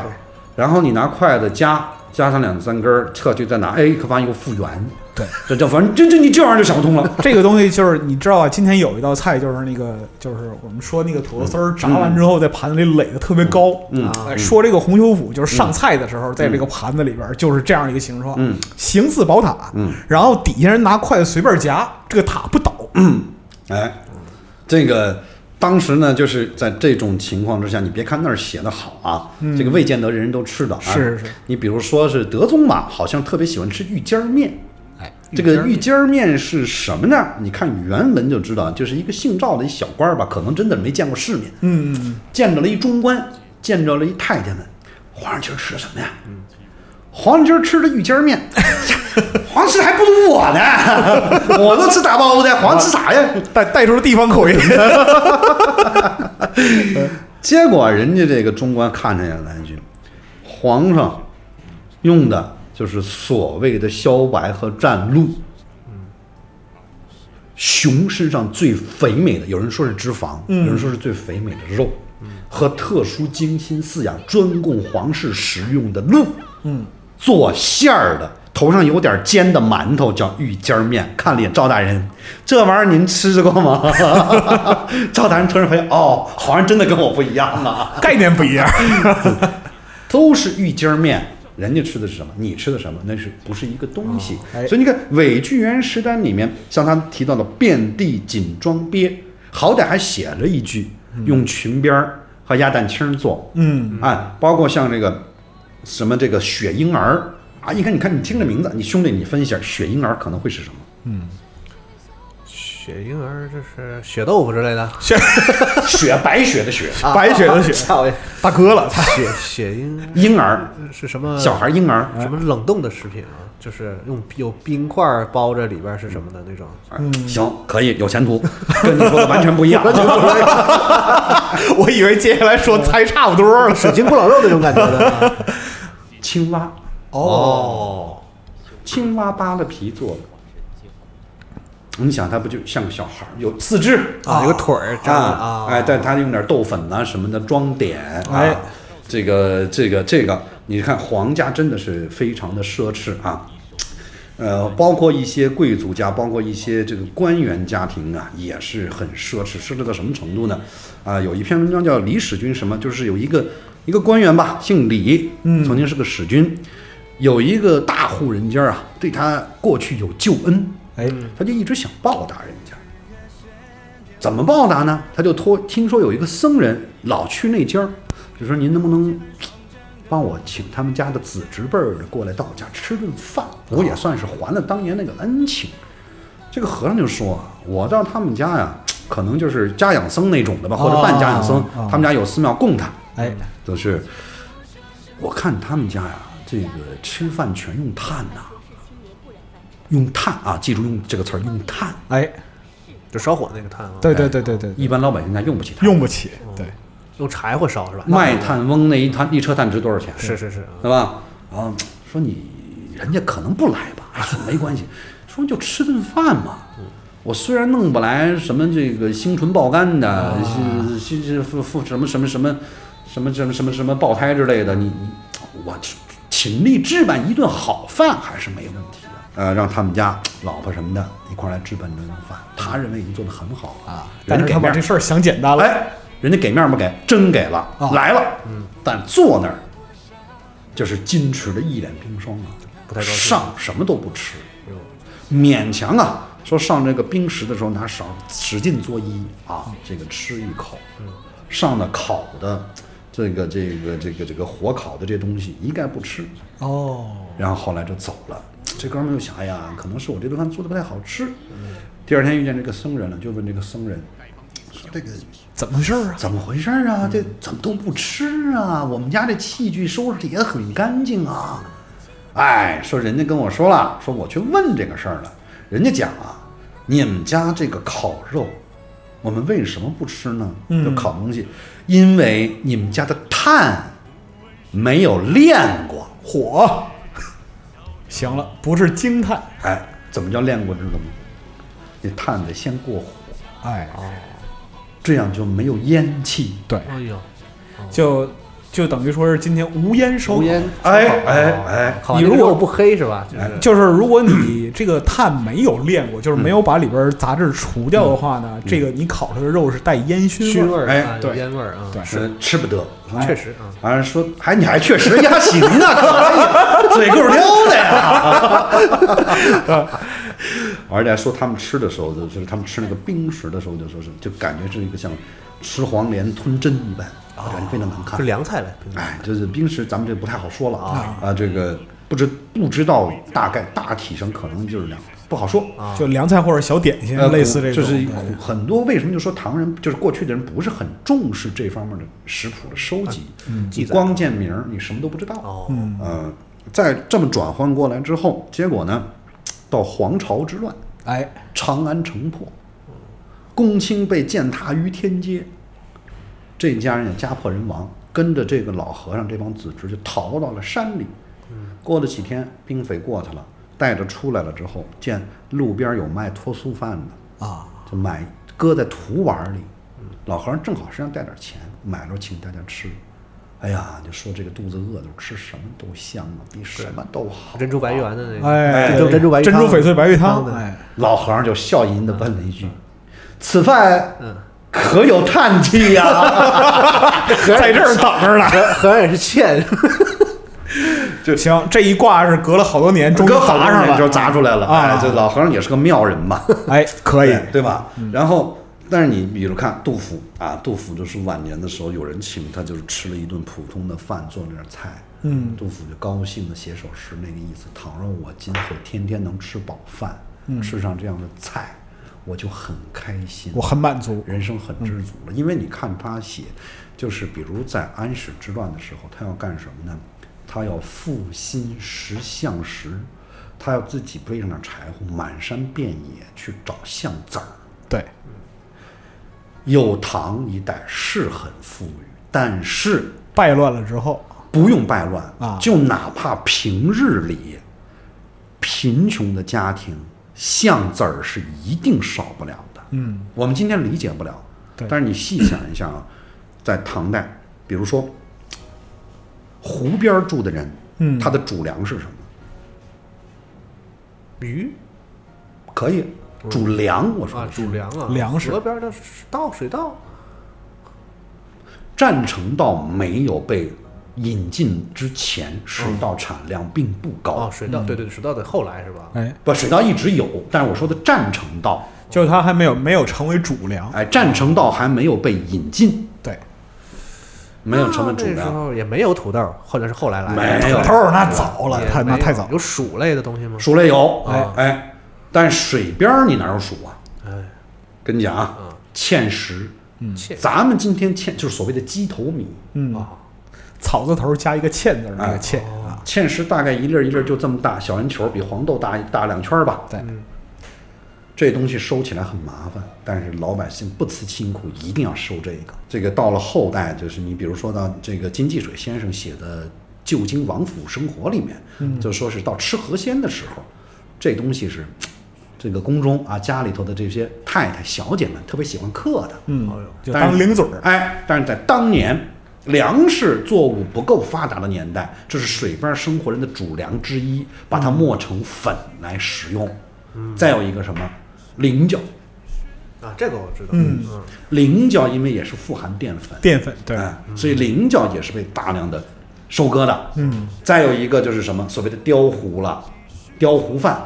Speaker 5: 然后你拿筷子夹夹上两三根儿，撤去再拿，哎，可发现又复原。
Speaker 4: 对，
Speaker 5: 这这反正这这你这玩意儿就想不通了。
Speaker 4: 这个东西就是你知道啊，今天有一道菜就是那个，就是我们说那个土豆丝儿炸完之后在盘子里垒的特别高。
Speaker 5: 嗯
Speaker 3: 啊
Speaker 4: 哎，说这个红球府就是上菜的时候，在这个盘子里边就是这样一个形状，
Speaker 5: 嗯
Speaker 4: 形似宝塔，
Speaker 5: 嗯，
Speaker 4: 然后底下人拿筷子随便夹，这个塔不倒，
Speaker 5: 哎，这个当时呢，就是在这种情况之下，你别看那儿写的好啊，这个未见得人人都吃的啊。
Speaker 4: 是是是
Speaker 5: 你比如说是德宗吧，好像特别喜欢吃玉尖儿面。
Speaker 3: 哎，
Speaker 5: 这个玉尖儿面是什么呢？你看原文就知道，就是一个姓赵的一小官儿吧，可能真的没见过世面，
Speaker 4: 嗯，嗯
Speaker 5: 见着了一中官，见着了一太监们，皇上今儿吃的什么呀？皇上今儿吃的玉尖儿面，皇上吃的还不如我呢，我都吃打包子，皇上吃啥呀？
Speaker 4: 带带出了地方口音，
Speaker 5: 结果人家这个中官看着也来一句：“皇上用的就是所谓的萧白和战鹿。熊身上最肥美的，有人说是脂肪，有人说是最肥美的肉，和特殊精心饲养、专供皇室食用的鹿，嗯，做馅儿的，头上有点尖的馒头叫玉尖儿面。看了一眼赵大人，这玩意儿您吃过吗？ 赵大人突然发现，哦，皇上真的跟我不一样啊，
Speaker 4: 概念不一样，
Speaker 5: 都是玉尖儿面。人家吃的是什么？你吃的什么？那是不是一个东西？
Speaker 4: 哎
Speaker 5: 所以你看《伪巨源食单》里面，像他提到的遍地锦装鳖，好歹还写了一句，用裙边儿和鸭蛋清儿做。
Speaker 4: 嗯，
Speaker 5: 哎，包括像这个什么这个雪婴儿啊，你看，你看，你听这名字，你兄弟，你分析一下，雪婴儿可能会是什 么？
Speaker 3: 雪婴儿这是血豆腐之类的，
Speaker 5: 雪，白雪的雪，
Speaker 4: 白雪的雪，
Speaker 3: 操呀，
Speaker 4: 大哥了，他
Speaker 3: 血血婴
Speaker 5: 婴儿，
Speaker 3: 是什么？
Speaker 5: 小孩婴儿。
Speaker 3: 什么冷冻的食品啊？就是用有冰块包着里边是什么的那种？
Speaker 5: 哎行，可以，有前途，跟你说的完全不一样。
Speaker 4: 我以为接下来说猜
Speaker 5: 呃
Speaker 4: 差不多了，
Speaker 3: 水晶咕老肉那种感觉的啊，
Speaker 5: 青蛙，
Speaker 3: 哦，
Speaker 5: 青蛙扒了皮做的。你想，它不就像个小孩儿，有四肢
Speaker 3: 啊，有个腿儿扎的啊，
Speaker 5: 哎，但它用点豆粉呐、什么的装点，
Speaker 4: 哎
Speaker 5: 啊，这个这个这个，你看皇家真的是非常的奢侈啊。呃，包括一些贵族家，包括一些这个官员家庭啊，也是很奢侈，奢侈到什么程度呢？啊、有一篇文章叫《李使君》，什么就是有一个一个官员吧，姓李，嗯，曾经是个使君，有一个大户人家啊，对他过去有救恩，
Speaker 4: 哎，
Speaker 5: 他就一直想报答人家。怎么报答呢？他就托听说有一个僧人老去那家儿，就说您能不能帮我请他们家的子侄辈儿的过来到我家吃顿饭，我也算是还了当年那个恩情。这个和尚就说啊：“我到他们家呀，可能就是家养僧那种的吧，或者半家养僧
Speaker 4: 哦哦，
Speaker 5: 他们家有寺庙供他，
Speaker 4: 哎，
Speaker 5: 都是。我看他们家呀，这个吃饭全用炭呐、用炭啊，记住用这个词儿，用炭。
Speaker 4: 哎，
Speaker 3: 就烧火那个炭啊，
Speaker 4: 对对对对对，
Speaker 5: 一般老百姓家用不起炭，
Speaker 4: 用不起，对，
Speaker 3: 用柴火烧是吧？
Speaker 5: 卖炭翁那一炭一车炭值多少钱？
Speaker 3: 是是是啊，
Speaker 5: 对吧？然后说你人家可能不来吧，哎，说没关系， 说就吃顿饭嘛。我虽然弄不来什么这个星醇爆肝的，是是是复复什么什么什么什么什么什么什么爆胎之类的，你你我吃勤力置办一顿好饭还是没问题的。呃，让他们家老婆什么的一块儿来置办这顿饭，他认为已经做得很好了
Speaker 4: 啊，
Speaker 5: 人
Speaker 4: 但
Speaker 5: 家
Speaker 4: 是
Speaker 5: 给
Speaker 4: 他把
Speaker 5: 面
Speaker 4: 这事儿想简单了，
Speaker 5: 哎，人家给面儿不给，真给了，
Speaker 4: 啊
Speaker 5: 来了，
Speaker 3: 嗯
Speaker 5: 但坐那儿就是矜持的一脸冰霜啊，
Speaker 3: 不太高兴哎
Speaker 5: 上什么都不吃，勉强啊，说上这个冰食的时候拿勺使劲作揖
Speaker 3: 嗯
Speaker 5: 啊，这个吃一口，上的烤的这个这个这个这个火烤的这东西一概不吃，
Speaker 4: 哦，
Speaker 5: 然后后来就走了。这哥们儿就想，哎呀，可能是我这顿饭做的不太好吃。
Speaker 3: 嗯
Speaker 5: 第二天遇见这个僧人了，就问这个僧人
Speaker 3: 哎
Speaker 5: 说：“这个
Speaker 4: 怎么回事儿啊？
Speaker 5: 怎么回事儿啊？这怎么都不吃啊？我们家这器具收拾的也很干净啊。哎，说人家跟我说了，说我去问这个事儿了，人家讲啊，你们家这个烤肉，我们为什么不吃呢？就烤东西，因为你们家的炭没有炼过。
Speaker 4: 火，行了，不是惊叹，
Speaker 5: 哎，怎么叫炼过知道吗？你炭得先过火，
Speaker 4: 哎，
Speaker 5: 这样就没有烟气。
Speaker 4: 对，
Speaker 1: 哎呦，
Speaker 4: 就就等于说是今天无烟烧
Speaker 5: 抽
Speaker 4: 烤。
Speaker 5: 烟，哎哎哎，
Speaker 3: 烤完
Speaker 4: 你
Speaker 3: 这个
Speaker 4: 如果
Speaker 3: 肉不黑是吧？就是
Speaker 4: 就是如果你这个炭没有炼过，就是没有把里边杂质除掉的话呢，这个你烤出来的肉是带烟
Speaker 3: 熏
Speaker 4: 熏味
Speaker 3: 味
Speaker 4: 儿。
Speaker 3: 儿
Speaker 5: 哎
Speaker 3: 啊，有
Speaker 4: 对
Speaker 3: 烟味儿啊，
Speaker 4: 对，
Speaker 5: 是呃吃不得，
Speaker 3: 确实啊，
Speaker 5: 完了说，哎，你还确实压行呢，可以，嘴够溜的呀。而且说他们吃的时候，就是他们吃那个冰食的时候，就说是就感觉是一个像吃黄连吞针一般，感觉非常难看
Speaker 3: 是。凉菜了。
Speaker 5: 哎，就是冰食，咱们这不太好说了啊啊，这个不知不知道大概大体上可能就是两不好说啊。
Speaker 4: 就凉菜或者小点心
Speaker 5: 呃，
Speaker 4: 类似这种，
Speaker 5: 就是
Speaker 4: 对
Speaker 5: 古很多为什么就说唐人就是过去的人不是很重视这方面的食谱的收集，
Speaker 3: 记
Speaker 4: 啊嗯
Speaker 5: 你
Speaker 3: 载
Speaker 5: 光见名儿你什么都不知道。
Speaker 3: 哦，
Speaker 5: 呃，在这么转换过来之后，结果呢，到黄巢之乱，
Speaker 4: 哎，
Speaker 5: 长安城破，公卿被践踏于天街，这家人也家破人亡，跟着这个老和尚这帮子侄就逃到了山里。
Speaker 4: 嗯
Speaker 5: 过了几天，兵匪过去了，带着出来了之后，见路边有卖脱酥饭的
Speaker 4: 啊，
Speaker 5: 就买搁在土碗里。老和尚正好身上带点钱，买了请大家吃。哎呀，就说这个肚子饿的时候吃什么都香啊，比什么都好。
Speaker 3: 珍珠白玉丸的那个，
Speaker 4: 哎，
Speaker 3: 珍珠珍珠白玉
Speaker 4: 珍珠
Speaker 3: 汤
Speaker 4: 翡翠白玉汤，
Speaker 3: 的
Speaker 4: 哎，
Speaker 5: 老和尚就笑吟的问了一句：“此饭可有叹气呀、
Speaker 4: 在这儿等 着呢。
Speaker 3: 和和尚也是欠，
Speaker 4: 行，这一挂是隔了好多年，终于
Speaker 5: 搁好
Speaker 4: 砸
Speaker 5: 多
Speaker 4: 上
Speaker 5: 年
Speaker 4: 了，
Speaker 5: 就砸出来了。
Speaker 4: 啊
Speaker 5: 哎，这老和尚也是个妙人 嘛，
Speaker 4: 哎，可以嗯
Speaker 5: 对，对吧？然后，但是你比如看杜甫啊，杜甫就是晚年的时候，有人请他，就是吃了一顿普通的饭，做了点菜。
Speaker 4: 嗯
Speaker 5: 杜甫就高兴的写首诗，那个意思：倘若我今后天天能吃饱饭，吃上这样的菜，我就很开心。
Speaker 4: 嗯我很满足。
Speaker 5: 人生很知足了。因为你看他写，就是比如在安史之乱的时候，他要干什么呢？他要复兴石像石，他要自己背上点柴火，满山遍野去找橡子儿。
Speaker 4: 对，
Speaker 5: 有唐一代是很富裕，但是
Speaker 4: 败乱了之后，
Speaker 5: 不用败乱
Speaker 4: 啊
Speaker 5: 就哪怕平日里贫穷的家庭，橡子儿是一定少不了的。
Speaker 4: 嗯，
Speaker 5: 我们今天理解不了
Speaker 4: 对，
Speaker 5: 但是你细想一下啊，在唐代，比如说湖边儿住的人，
Speaker 4: 嗯
Speaker 5: 他的主粮是什么？
Speaker 3: 鱼
Speaker 5: 可以主粮，我说
Speaker 3: 嗯啊
Speaker 5: 的，是
Speaker 3: 主粮啊，
Speaker 4: 粮食
Speaker 3: 河边的水稻水稻，
Speaker 5: 占城稻没有被引进之前，水稻产量并不
Speaker 3: 哦，
Speaker 5: 高，
Speaker 3: 水稻，对对，水稻在后来是吧？
Speaker 4: 哎，
Speaker 5: 不，水稻一直有，但是我说的占城稻，
Speaker 4: 就是它还没有没有成为主粮，
Speaker 5: 哎，占城稻还没有被引进，
Speaker 4: 对，
Speaker 5: 没有成为主
Speaker 3: 那时
Speaker 5: 粮。
Speaker 3: 候也没有土豆，或者是后来来的
Speaker 5: 没有
Speaker 4: 土豆儿那早了，
Speaker 3: 也
Speaker 4: 太那
Speaker 3: 没有
Speaker 4: 太早了，
Speaker 3: 有薯类的东西吗？
Speaker 5: 鼠类有，
Speaker 3: 哎
Speaker 5: 哎，但是水边儿你哪有鼠啊？
Speaker 3: 哎，
Speaker 5: 跟你讲啊，
Speaker 3: 嗯
Speaker 5: 芡实，
Speaker 3: 切
Speaker 5: 咱们今天芡就是所谓的鸡头米，
Speaker 4: 嗯，草字头加一个欠字儿，
Speaker 5: 哎
Speaker 4: 那个欠啊，
Speaker 5: 芡实大概一粒儿一粒儿就这么大，小圆球比黄豆大大两圈儿吧。
Speaker 4: 对，
Speaker 5: 这东西收起来很麻烦，但是老百姓不辞辛苦，一定要收这个。这个到了后代，就是你比如说到这个金济水先生写的《旧京王府生活》里面，就说是到吃河鲜的时候，这东西是这个宫中啊家里头的这些太太小姐们特别喜欢刻的，
Speaker 4: 嗯
Speaker 3: 哎呦，
Speaker 4: 就
Speaker 5: 但是
Speaker 4: 当零嘴儿，
Speaker 5: 哎，但是在当年粮食作物不够发达的年代，这是水边生活人的主粮之一，把
Speaker 4: 嗯
Speaker 5: 它磨成粉来食用。再有一个什么菱角，
Speaker 3: 啊，这个我知道，
Speaker 4: 嗯
Speaker 3: 嗯
Speaker 5: 菱角因为也是富含淀粉，
Speaker 4: 淀粉对，
Speaker 5: 哎所以菱角也是被大量的收割的。
Speaker 4: 嗯，
Speaker 5: 再有一个就是什么所谓的雕糊了，雕糊饭，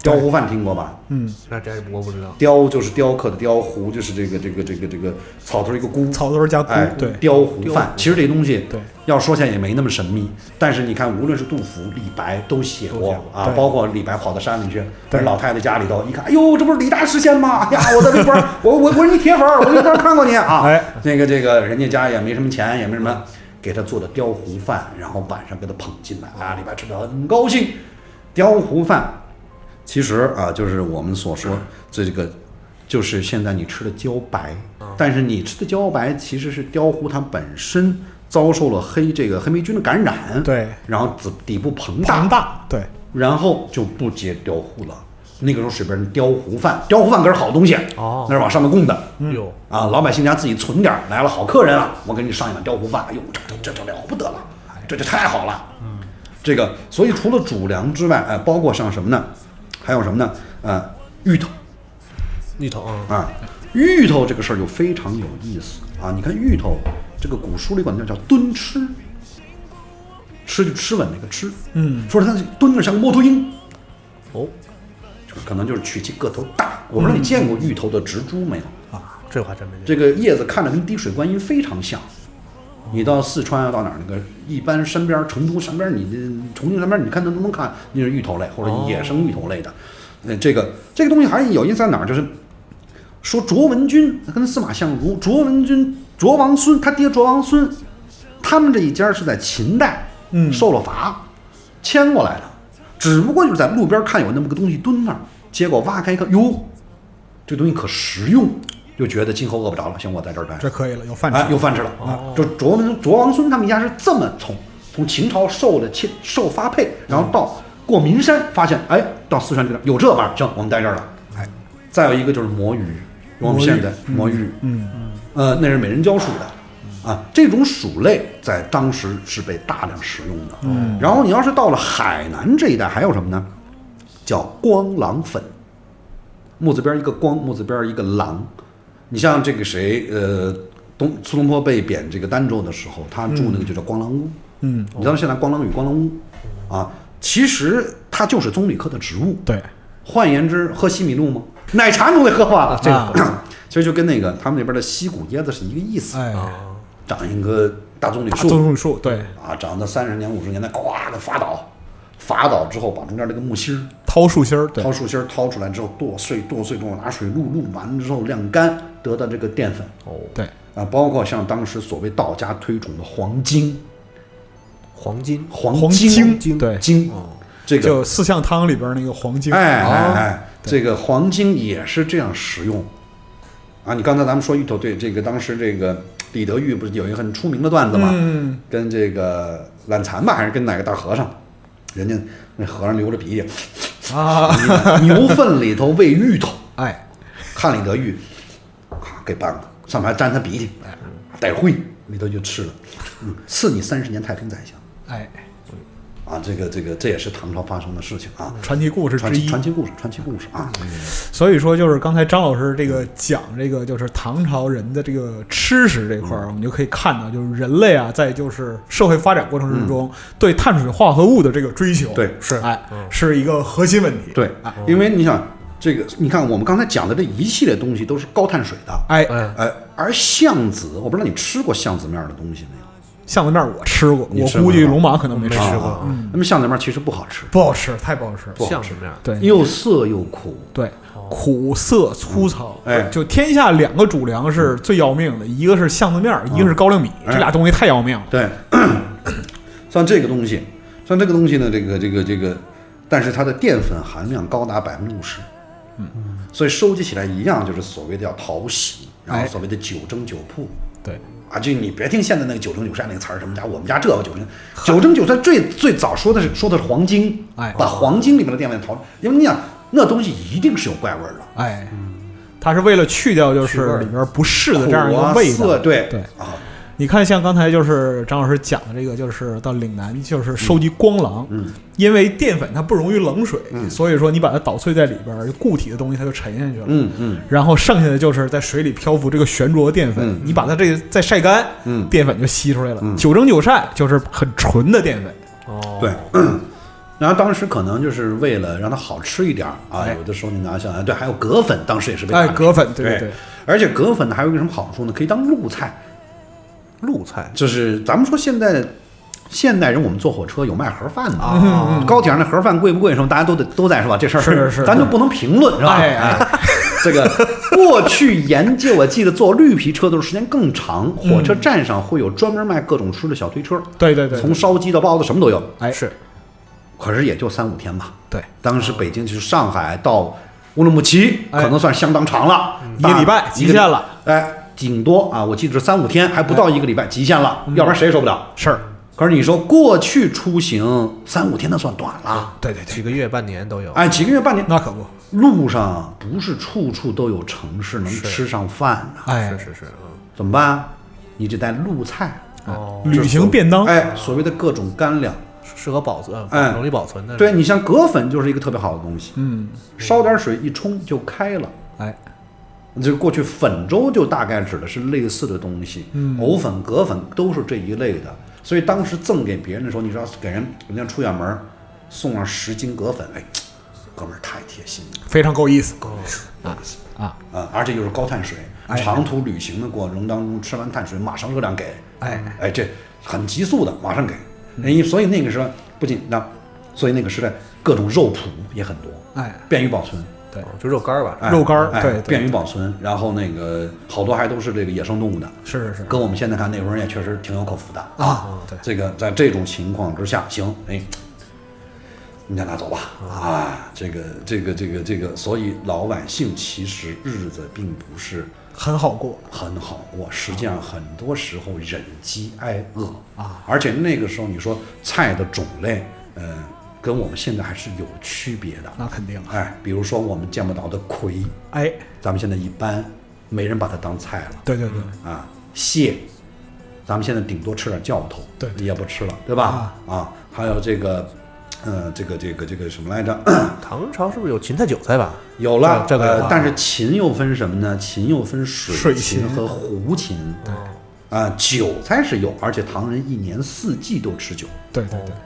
Speaker 5: 雕糊饭听过吧？
Speaker 4: 嗯，
Speaker 3: 那这我不知道，
Speaker 5: 雕就是雕刻的雕，糊就是这个这个这个这个草头一个菇，
Speaker 4: 草头加菇
Speaker 5: 哎，
Speaker 4: 对
Speaker 5: 雕糊饭。其实这东西
Speaker 4: 对
Speaker 5: 要说起来也没那么神秘，但是你看，无论是杜甫、李白都写
Speaker 3: 都
Speaker 5: 过
Speaker 3: 写过
Speaker 5: 啊
Speaker 4: 对，
Speaker 5: 包括李白跑到山里去，
Speaker 4: 对
Speaker 5: 老太太家里头一看，哎呦，这不是李大师先吗？哎呀，我在微博上，我我我是你铁粉儿，我在那看过你啊。
Speaker 4: 哎，
Speaker 5: 那个这个人家家也没什么钱，也没什么，给他做的雕糊饭，然后晚上给他捧进来啊，李白吃的很高兴。雕糊饭其实啊，就是我们所说这个，就是现在你吃的茭白，但是你吃的茭白其实是雕糊它本身遭受了黑这个黑霉菌的感染，，
Speaker 4: 对，
Speaker 5: 然后底底部膨大，
Speaker 4: 庞大对，
Speaker 5: 然后就不接雕糊了。那个时候水边雕糊饭，雕糊饭可是好东西
Speaker 3: 哦
Speaker 5: 那是往上面供的。
Speaker 3: 有
Speaker 5: 啊，老百姓家自己存点儿，来了好客人了，我给你上一碗雕糊饭，哎呦，这这这这了不得了，这这太好了。嗯，这个所以除了主粮之外，哎、包括像什么呢？还有什么呢？呃，芋头
Speaker 3: 芋头啊，
Speaker 5: 啊，芋头这个事儿就非常有意思啊。你看芋头，这个古书里管它叫蹲吃，吃就吃稳那个吃，
Speaker 4: 嗯，
Speaker 5: 说它蹲着像个猫头鹰，
Speaker 3: 哦，
Speaker 5: 就是可能就是取其个头大。我不知道你见过芋头的植株没有？
Speaker 3: 啊这我还真没见
Speaker 5: 这个叶子看着跟滴水观音非常像。你到四川啊，到哪儿那个一般山边儿，成都山边儿，你这重庆山边儿，你看都能看那是芋头类或者野生芋头类的。那、这个这个东西还有意思在哪儿？就是说卓文君跟司马相如，卓文君、卓王孙，他爹卓王孙，他们这一家是在秦代，
Speaker 4: 嗯
Speaker 5: 受了罚，迁过来的，只不过就是在路边看有那么个东西蹲那儿，结果挖开一看，哟，这东西可食用，就觉得今后饿不着了，行，我在这儿待着
Speaker 4: 这，可以了，有饭吃，
Speaker 5: 哎，有饭吃了啊！就卓文卓王孙他们一家是这么从从秦朝受了迁受发配，然后到过岷山，发现哎，到四川这边有这玩意儿，行，我们待这儿了。哎，再有一个就是魔芋，我们现在魔芋，
Speaker 4: 嗯，
Speaker 5: 呃，那是美人蕉属的，啊，这种鼠类在当时是被大量食用的。嗯，然后你要是到了海南这一带，还有什么呢？叫光狼粉，木字边一个光，木字边一个狼。你像这个谁，呃，东苏东坡被贬这个儋州的时候，他住那个就叫光狼屋。
Speaker 4: 嗯，
Speaker 5: 你知道现在光狼屿、光狼屋，啊，其实它就是棕榈科的植物。
Speaker 4: 对，
Speaker 5: 换言之，喝西米露吗？奶茶总得喝吧？
Speaker 4: 啊这个
Speaker 5: 其实就跟那个他们那边的西谷椰子是一个意思，
Speaker 4: 哎，
Speaker 5: 长一棵大棕榈
Speaker 4: 大
Speaker 5: 嗯啊树
Speaker 4: 棕榈树对，
Speaker 5: 啊，长到三十年、五十年代，咵的伐倒，伐倒之后把中间这个木芯儿
Speaker 4: 掏树心儿对
Speaker 5: 掏，树芯儿掏出来之后剁碎，剁碎之后拿水漉漉完了之后晾干，得到这个淀粉
Speaker 3: 哦，
Speaker 4: 对，
Speaker 5: 啊，包括像当时所谓道家推崇的黄精，
Speaker 3: 黄金
Speaker 5: 黄
Speaker 4: 黄
Speaker 5: 精
Speaker 4: 精对，
Speaker 5: 精，这个
Speaker 4: 就四象汤里边那个黄精，
Speaker 5: 哎哎
Speaker 4: 哦
Speaker 5: 哎，这个黄精也是这样食用啊！你刚才咱们说芋头，对这个当时这个李德裕不是有一个很出名的段子嘛？
Speaker 4: 嗯，
Speaker 5: 跟这个懒蚕吧，还是跟哪个大和尚？人家那和尚流 着鼻涕，
Speaker 4: 啊，
Speaker 5: 牛粪里头喂芋头，
Speaker 4: 哎，
Speaker 5: 看李德裕，啊，给办了，上面还沾他鼻涕，哎带灰，李德裕吃了，嗯，赐你三十年太平宰相
Speaker 4: 哎，
Speaker 5: 啊！这个这个这也是唐朝发生的事情啊，
Speaker 4: 传奇故事
Speaker 5: 传
Speaker 4: 嗯之
Speaker 5: 奇
Speaker 4: 一。
Speaker 5: 传奇故事，传奇故事啊，
Speaker 4: 所以说，就是刚才张老师这个讲这个，就是唐朝人的这个吃食这块
Speaker 5: 嗯
Speaker 4: 儿，我们就可以看到，就是人类啊，在就是社会发展过程之中，对碳水化合物的这个追求，
Speaker 5: 嗯对嗯
Speaker 4: 是哎，是一个核心问题。
Speaker 5: 对，因为你想，这个你看我们刚才讲的这一系列东西都是高碳水的，
Speaker 4: 哎，
Speaker 3: 哎
Speaker 5: 呃，而橡子，我不知道你吃过橡子面的东西没有？
Speaker 4: 巷子面儿我吃过，
Speaker 5: 你
Speaker 4: 我
Speaker 5: 吃
Speaker 4: 估
Speaker 5: 过
Speaker 4: 计
Speaker 5: 吗
Speaker 4: 龙马可能没
Speaker 3: 没
Speaker 4: 吃
Speaker 3: 吃
Speaker 4: 过，
Speaker 3: 过
Speaker 5: 啊，那么橡子面其实不好吃，
Speaker 4: 不好吃，太不好吃。
Speaker 3: 像什么呀？
Speaker 4: 对，
Speaker 5: 又涩又苦。
Speaker 4: 对，苦涩粗糙，
Speaker 5: 哦哎嗯
Speaker 4: 就天下两个主粮是最要命的，一个是橡子面儿，一个是高粱米，
Speaker 5: 哎
Speaker 4: 这俩东西太要命了。
Speaker 5: 对， 像这个东西，像这个东西呢，这个这个这个，但是它的淀粉含量高达百分之五十，嗯，所以收集起来一样就是所谓的叫淘洗，然后
Speaker 4: 哎
Speaker 5: 所谓的九蒸九铺。
Speaker 4: 对，
Speaker 5: 啊，就你别听现在那个九蒸九晒那个词儿，什么家我们家这个九蒸九蒸九晒最最早说的是说的是黄金，
Speaker 4: 哎
Speaker 5: 把黄金里面的淀粉淘出，因为你想那东西一定是有怪味儿的，
Speaker 4: 哎，它是为了去掉就
Speaker 3: 去味
Speaker 4: 是
Speaker 3: 儿
Speaker 4: 里边不适的这样一
Speaker 5: 苦
Speaker 4: 个
Speaker 5: 啊
Speaker 4: 味
Speaker 5: 涩
Speaker 4: 道。
Speaker 5: 对
Speaker 4: 对
Speaker 5: 啊，
Speaker 4: 你看，像刚才就是张老师讲的这个，就是到岭南就是收集光狼，
Speaker 5: 嗯
Speaker 4: 因为淀粉它不溶于冷水，
Speaker 5: 嗯
Speaker 4: 所以说你把它捣碎在里边儿，固体的东西它就沉下去了。
Speaker 5: 嗯嗯
Speaker 4: 然后剩下的就是在水里漂浮这个悬浊淀粉，
Speaker 5: 嗯
Speaker 4: 你把它这个再晒干，
Speaker 5: 嗯，
Speaker 4: 淀粉就吸出来了。
Speaker 5: 嗯
Speaker 4: 九蒸九晒就是很纯的淀粉。
Speaker 1: 哦，
Speaker 5: 对，然后当时可能就是为了让它好吃一点儿啊，
Speaker 4: 哎
Speaker 5: 有的时候你拿下来，对，还有葛粉，当时也是被
Speaker 4: 哎，
Speaker 5: 大
Speaker 4: 葛粉，对
Speaker 5: 对
Speaker 4: 对，
Speaker 5: 而且葛粉还有一个什么好处呢？可以当路菜，
Speaker 3: 露菜
Speaker 5: 就是咱们说现在现代人，我们坐火车有卖盒饭的
Speaker 3: 啊，嗯
Speaker 5: 高铁上那盒饭贵不贵什么，大家都得都在是吧？这事儿
Speaker 4: 是是是
Speaker 5: 咱就不能评论是吧？
Speaker 4: 哎哎
Speaker 5: 哎，这个 过去沿街我记得坐绿皮车的时候时间更长，火车站上会有专门卖各种吃的小推车，
Speaker 4: 对嗯对对，
Speaker 5: 从烧鸡到包子什么都有，
Speaker 4: 哎
Speaker 3: 是
Speaker 5: 可是也就三五天吧。
Speaker 4: 对，
Speaker 5: 当时北京就是上海到乌鲁木齐，
Speaker 4: 哎嗯
Speaker 5: 可能算相当长了，
Speaker 4: 一个礼拜极限了。
Speaker 5: 哎，顶多啊，我记得是三五天，还不到一个礼拜极限
Speaker 4: 嗯
Speaker 5: 了，要不然谁也受不了。
Speaker 4: 事儿，
Speaker 5: 可是你说过去出行三五天那算短了，
Speaker 4: 对对 对，
Speaker 3: 几个月半年都有。
Speaker 5: 哎，几个月半年，
Speaker 4: 那可不，
Speaker 5: 路上不是处处都有城市能吃上饭呢、
Speaker 4: 哎
Speaker 3: 是，是是，嗯
Speaker 5: 怎么办？你就带路菜，
Speaker 3: 哦，
Speaker 4: 旅行便当，
Speaker 5: 哎，所谓的各种干粮。
Speaker 3: 适合保存，
Speaker 5: 哎
Speaker 3: 嗯容易保存的。
Speaker 5: 对，你像葛粉就是一个特别好的东西，
Speaker 4: 嗯，
Speaker 5: 烧点水一冲就开了。
Speaker 4: 哎，
Speaker 5: 就过去粉粥就大概指的是类似的东西，
Speaker 4: 嗯
Speaker 5: 藕粉、葛粉都是这一类的。所以当时赠给别人的时候，你知道给人人家出远门儿送上十斤葛粉，哎，哥们儿太贴心了
Speaker 4: 非常够意思啊，
Speaker 5: 啊！而且又是高碳水，
Speaker 4: 哎
Speaker 5: 长途旅行的过程当中吃完碳水马上热量给，
Speaker 4: 哎，嗯
Speaker 5: 哎，这很急速的马上给。哎，所以那个时候不仅那，所以那个时代各种肉脯也很多，
Speaker 4: 哎，
Speaker 5: 便于保存。
Speaker 4: 对，
Speaker 3: 哦就肉干儿吧，
Speaker 5: 哎
Speaker 4: 肉干儿
Speaker 5: 哎
Speaker 4: 对对
Speaker 5: 便于保存，然后那个好多还都是这个野生动物的，
Speaker 4: 是是是
Speaker 5: 跟我们现在看那会儿也确实挺有口福的。
Speaker 4: 啊，对，
Speaker 5: 这个在这种情况之下，行，哎，你再拿走吧啊，这个这个这个这个，所以老百姓其实日子并不是
Speaker 4: 很好过
Speaker 5: 很好过，实际上很多时候忍饥挨饿啊，而且那个时候你说菜的种类，呃，跟我们现在还是有区别的。
Speaker 4: 那肯定啊，
Speaker 5: 哎，比如说我们见不到的葵，
Speaker 4: 哎，
Speaker 5: 咱们现在一般没人把它当菜了
Speaker 4: 对对对，
Speaker 5: 啊。蟹，咱们现在顶多吃点教头，
Speaker 4: 对对
Speaker 5: 也不吃了，对吧？啊还有这个，呃，这个这个这个什么来着？
Speaker 3: 唐朝是不是有芹菜、韭菜吧？
Speaker 5: 有了，
Speaker 3: 这这个有
Speaker 5: 呃
Speaker 3: 啊，
Speaker 5: 但是秦又分什么呢？秦又分水
Speaker 4: 水
Speaker 5: 芹
Speaker 4: 芹
Speaker 5: 和胡芹。
Speaker 4: 对
Speaker 5: 啊，韭菜是有，而且唐人一年四季都吃韭。
Speaker 4: 对对对，哦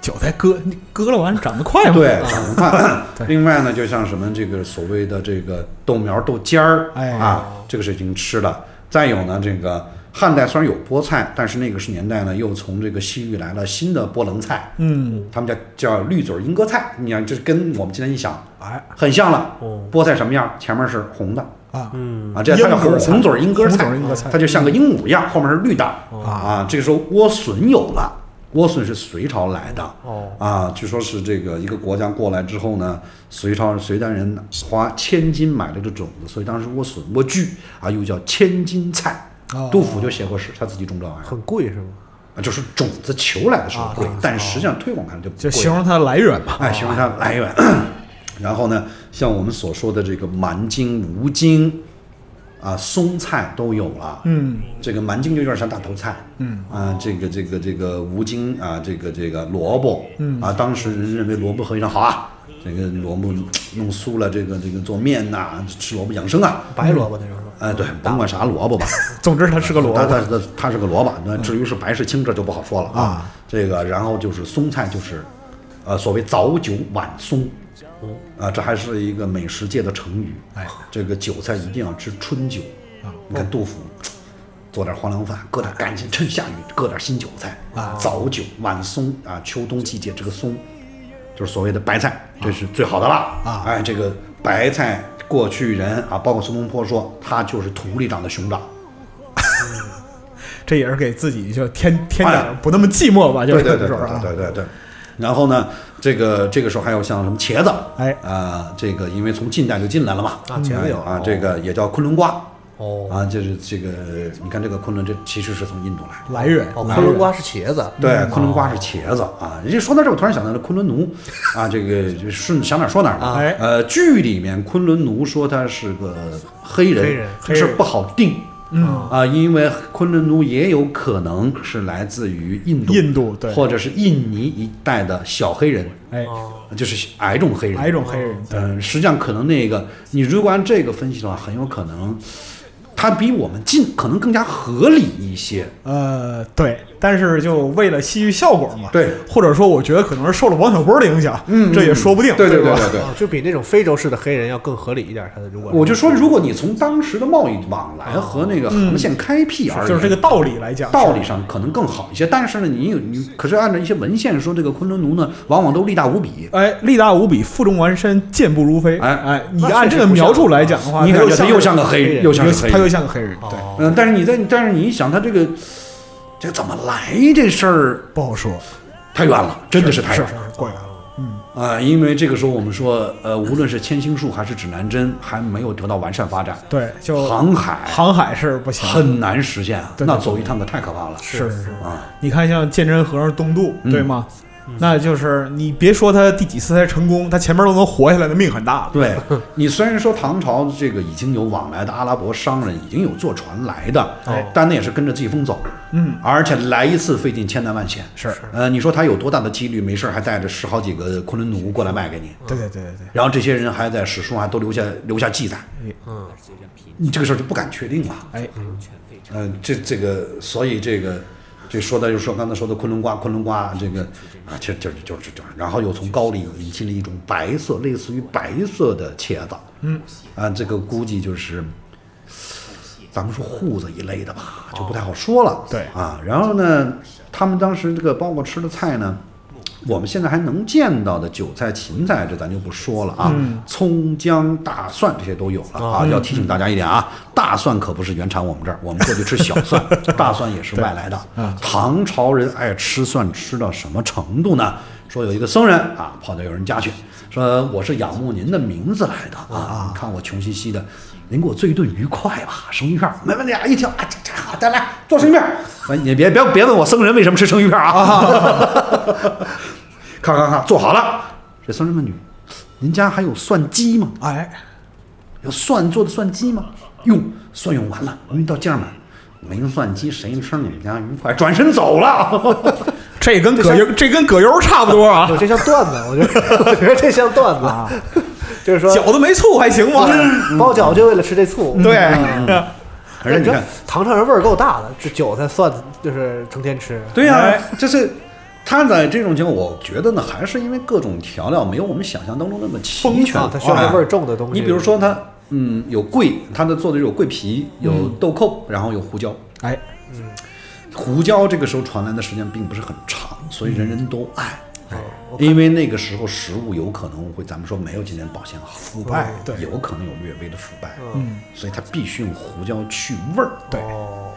Speaker 4: 韭菜割你割了完长得快嘛，
Speaker 5: 对
Speaker 4: 啊，
Speaker 5: 长得快。
Speaker 4: 对
Speaker 5: 另外呢，就像什么这个所谓的这个豆苗、豆尖儿，
Speaker 4: 哎
Speaker 5: 啊，这个是已经吃了。再有呢，这个汉代虽然有菠菜，但是那个是年代呢，又从这个西域来了新的波棱菜，
Speaker 4: 嗯，
Speaker 5: 他们叫叫绿嘴鹰鸽菜。你看，这跟我们今天一想
Speaker 4: 哎
Speaker 5: 很像了。
Speaker 1: 哦
Speaker 5: 菠菜什么样？前面是红的
Speaker 4: 啊，
Speaker 1: 嗯，
Speaker 5: 啊，这它叫
Speaker 4: 鹰鸽
Speaker 5: 红
Speaker 4: 菜
Speaker 5: 红嘴鹰鸽
Speaker 4: 红
Speaker 5: 菜
Speaker 4: 嘴鹰鸽，菜嗯
Speaker 5: 它就像个鹦鹉一样，后面是绿的
Speaker 4: 啊
Speaker 5: 啊。这个时候莴笋有了，莴笋是隋朝来的。
Speaker 1: 哦，
Speaker 5: 啊，据说是这个一个国家过来之后呢，隋朝隋代人花千金买了这种子，所以当时莴笋莴苣啊，又叫千金菜
Speaker 4: 哦。
Speaker 5: 杜甫就写过诗，他自己种这玩意儿
Speaker 3: 很贵是吗？
Speaker 5: 啊，就是种子求来的时候
Speaker 4: 啊
Speaker 5: 贵，但实际上推广开来就
Speaker 4: 就
Speaker 5: 不贵
Speaker 4: 形
Speaker 5: 了。
Speaker 4: 容它的来源吧，
Speaker 5: 哎，形容它的来源。 然后呢，像我们所说的这个蛮荆、吴荆啊、松菜都有了。
Speaker 4: 嗯，
Speaker 5: 这个蛮荆就有点像大头菜，
Speaker 4: 嗯
Speaker 5: 啊，这个这个这个吴荆啊，这个这个萝卜，嗯啊，当时人认为萝卜非常好啊，这个萝卜弄酥了，这个这个做面呐、吃萝卜养生啊，
Speaker 3: 白萝卜那时候
Speaker 5: 哎，对，甭管啥萝卜吧，
Speaker 4: 总嗯之它是个萝
Speaker 5: 它
Speaker 4: 卜，
Speaker 5: 它它它是个萝卜，那至于是白是青，这就不好说了
Speaker 4: 啊。
Speaker 5: 这个，然后就是松菜，就是，呃，所谓早九晚松，啊，这还是一个美食界的成语。
Speaker 4: 嗯哎，
Speaker 5: 这个韭菜一定要吃春韭
Speaker 4: 啊。
Speaker 5: 你看杜甫，做点黄粱饭，搁点赶紧趁下雨搁点新韭菜
Speaker 4: 啊
Speaker 5: 早九晚松啊，秋冬季节这个松，就是所谓的白菜，这是最好的了
Speaker 4: 啊
Speaker 5: 哎，这个白菜。过去人啊，包括苏东坡说，它就是土里长的熊掌，
Speaker 4: 这也是给自己就添添点
Speaker 5: 哎
Speaker 4: 儿不那么寂寞吧，就是
Speaker 5: 对
Speaker 4: 这
Speaker 5: 对对
Speaker 4: 种
Speaker 5: 对
Speaker 4: 啊，
Speaker 5: 对对对。然后呢，这个这个时候还有像什么茄子，
Speaker 4: 哎
Speaker 5: 啊，这个因为从近代就进来了嘛，
Speaker 3: 啊茄子有
Speaker 5: 啊
Speaker 3: 哦，
Speaker 5: 这个也叫昆仑瓜，
Speaker 3: 哦
Speaker 5: 啊，就是这个，你看这个昆仑，这其实是从印度来的。
Speaker 4: 来源
Speaker 3: 哦，
Speaker 4: 来
Speaker 3: 昆仑
Speaker 4: 源
Speaker 3: 瓜是茄子，
Speaker 5: 对，
Speaker 4: 嗯
Speaker 5: 昆仑瓜是茄子啊。人家说到这儿，我突然想到了昆仑奴，啊，这个就顺想哪儿说哪儿吧。
Speaker 4: 哎
Speaker 5: 呃，剧里面昆仑奴说他是个黑人，
Speaker 3: 黑人
Speaker 5: 这个事儿不好定。
Speaker 4: 嗯，
Speaker 5: 啊，因为昆仑奴也有可能是来自于印度，
Speaker 4: 印度对
Speaker 5: 或者是印尼一带的小黑人，啊
Speaker 4: 哎，
Speaker 5: 就是矮种黑人。
Speaker 4: 哪一种黑人？
Speaker 5: 嗯、实际上可能那个你如果按这个分析的话，很有可能它比我们近，可能更加合理一些。
Speaker 4: 呃，对，但是就为了戏剧效果嘛，
Speaker 5: 对，
Speaker 4: 或者说我觉得可能是受了王小波的影响，
Speaker 5: 嗯
Speaker 4: 这也说不定，
Speaker 5: 对对
Speaker 4: 吧
Speaker 5: 对对对。
Speaker 3: 哦就比那种非洲式的黑人要更合理一点。他的如果
Speaker 5: 我就说，如果你从当时的贸易往来和那个航线开辟而言，
Speaker 4: 哦嗯就是这个道理来讲，
Speaker 5: 道理上可能更好一些。但是呢，你有你，可是按照一些文献说，这个昆仑奴呢，往往都力大无比。
Speaker 4: 哎，力大无比，负重完身，健步如飞。
Speaker 5: 哎
Speaker 4: 哎，你
Speaker 3: 那
Speaker 4: 按
Speaker 3: 确实
Speaker 4: 这个
Speaker 3: 不
Speaker 4: 描
Speaker 3: 像
Speaker 4: 述来讲的话，
Speaker 5: 啊你
Speaker 4: 它
Speaker 5: 感
Speaker 4: 又
Speaker 5: 觉他又像个黑
Speaker 3: 黑人
Speaker 5: 人，又像个黑
Speaker 4: 他又
Speaker 5: 人。
Speaker 4: 像个黑人，对，
Speaker 3: 哦
Speaker 5: 嗯，但是你在，但是你一想，他这个这怎么来这事儿
Speaker 4: 不好说，
Speaker 5: 太远了，真的是太
Speaker 4: 是
Speaker 5: 远
Speaker 4: 是
Speaker 5: 了
Speaker 4: 是过远了。
Speaker 3: 哦
Speaker 5: 啊、因为这个时候我们说，呃，无论是千星术还是指南针，还没有得到完善发展，
Speaker 4: 对，就
Speaker 5: 航海
Speaker 4: 航海是不行，
Speaker 5: 很难实现啊。
Speaker 4: 对对
Speaker 5: 那走一趟可太可怕了。
Speaker 4: 是是
Speaker 3: 哦
Speaker 4: 是。
Speaker 5: 啊，
Speaker 4: 你看，像鉴真和尚东渡，
Speaker 5: 嗯
Speaker 4: 对吗？那就是你别说他第几次才成功，他前面都能活下来，的命很 大了。
Speaker 5: 对你虽然说唐朝这个已经有往来的阿拉伯商人，已经有坐船来的，
Speaker 3: 哎
Speaker 5: 但那也是跟着季风走，
Speaker 4: 哦嗯，
Speaker 5: 而且来一次费尽千难万险。
Speaker 4: 是，
Speaker 5: 呃，你说他有多大的几率没事儿还带着十好几个昆仑奴过来卖给你？
Speaker 4: 对对对对对，
Speaker 5: 然后这些人还在史书上还都留下留下记载，
Speaker 3: 嗯，
Speaker 5: 你这个事儿就不敢确定了。
Speaker 4: 哎，
Speaker 5: 嗯、这这个，所以这个，这说的就是说刚才说的昆仑瓜，昆仑瓜这个啊，就就就就就，然后又从高丽引进了一种白色，类似于白色的茄子，嗯，啊，这个估计就是。咱们说瓠子一类的吧，就不太好说了。
Speaker 4: 对
Speaker 5: 啊，然后呢，他们当时这个包括吃的菜呢，我们现在还能见到的韭菜、芹菜，这咱就不说了啊。葱、姜、大蒜这些都有了啊。要提醒大家一点啊，大蒜可不是原产我们这儿，我们过去吃小蒜，大蒜也是外来的。唐朝人爱吃蒜吃到什么程度呢？说有一个僧人啊，跑到有人家去，说我是仰慕您的名字来的啊，你看我穷兮兮的，您给我做一顿鱼块吧，生鱼片儿没问题啊！一听啊，这这好，再来做生鱼片儿。啊哎你别别别问我僧人为什么吃生鱼片儿啊！看看看，做好了。这僧人问女：“您家还有蒜鸡吗？
Speaker 4: 哎，
Speaker 5: 有蒜做的蒜鸡吗？”哟，蒜用完了，您到街上买。没蒜鸡谁吃你们家鱼块？转身走 了。
Speaker 4: 这跟葛优这跟葛优差不多啊
Speaker 3: 我，这像段子，我觉得我觉得这像段
Speaker 4: 啊
Speaker 3: 子，就是说嗯
Speaker 4: 饺子没醋还行吗？
Speaker 5: 嗯
Speaker 3: 包饺就为了吃这醋，
Speaker 4: 对，
Speaker 5: 而且你看，
Speaker 3: 唐朝人味儿够大的，这韭菜蒜就是成天吃。
Speaker 5: 对呀、
Speaker 4: 哎
Speaker 5: 就是他在这种情况，我觉得呢，还是因为各种调料没有我们想象当中那么齐全
Speaker 3: 啊，，它需要那味
Speaker 5: 哎
Speaker 3: 儿重的东西。
Speaker 5: 你比如说它，嗯，有桂，它的做的有桂皮，有
Speaker 3: 嗯
Speaker 5: 豆蔻，然后有胡椒。
Speaker 4: 哎，
Speaker 5: 胡椒这个时候传来的时间并不是很长，所以人人都爱。
Speaker 3: 哦，我
Speaker 5: 因为那个时候食物有可能会，咱们说没有今天保鲜好，腐
Speaker 4: 败对
Speaker 5: 有可能有略微的腐败，
Speaker 3: 嗯，
Speaker 5: 所以它必须用胡椒去味儿。
Speaker 4: 对，
Speaker 3: 哦，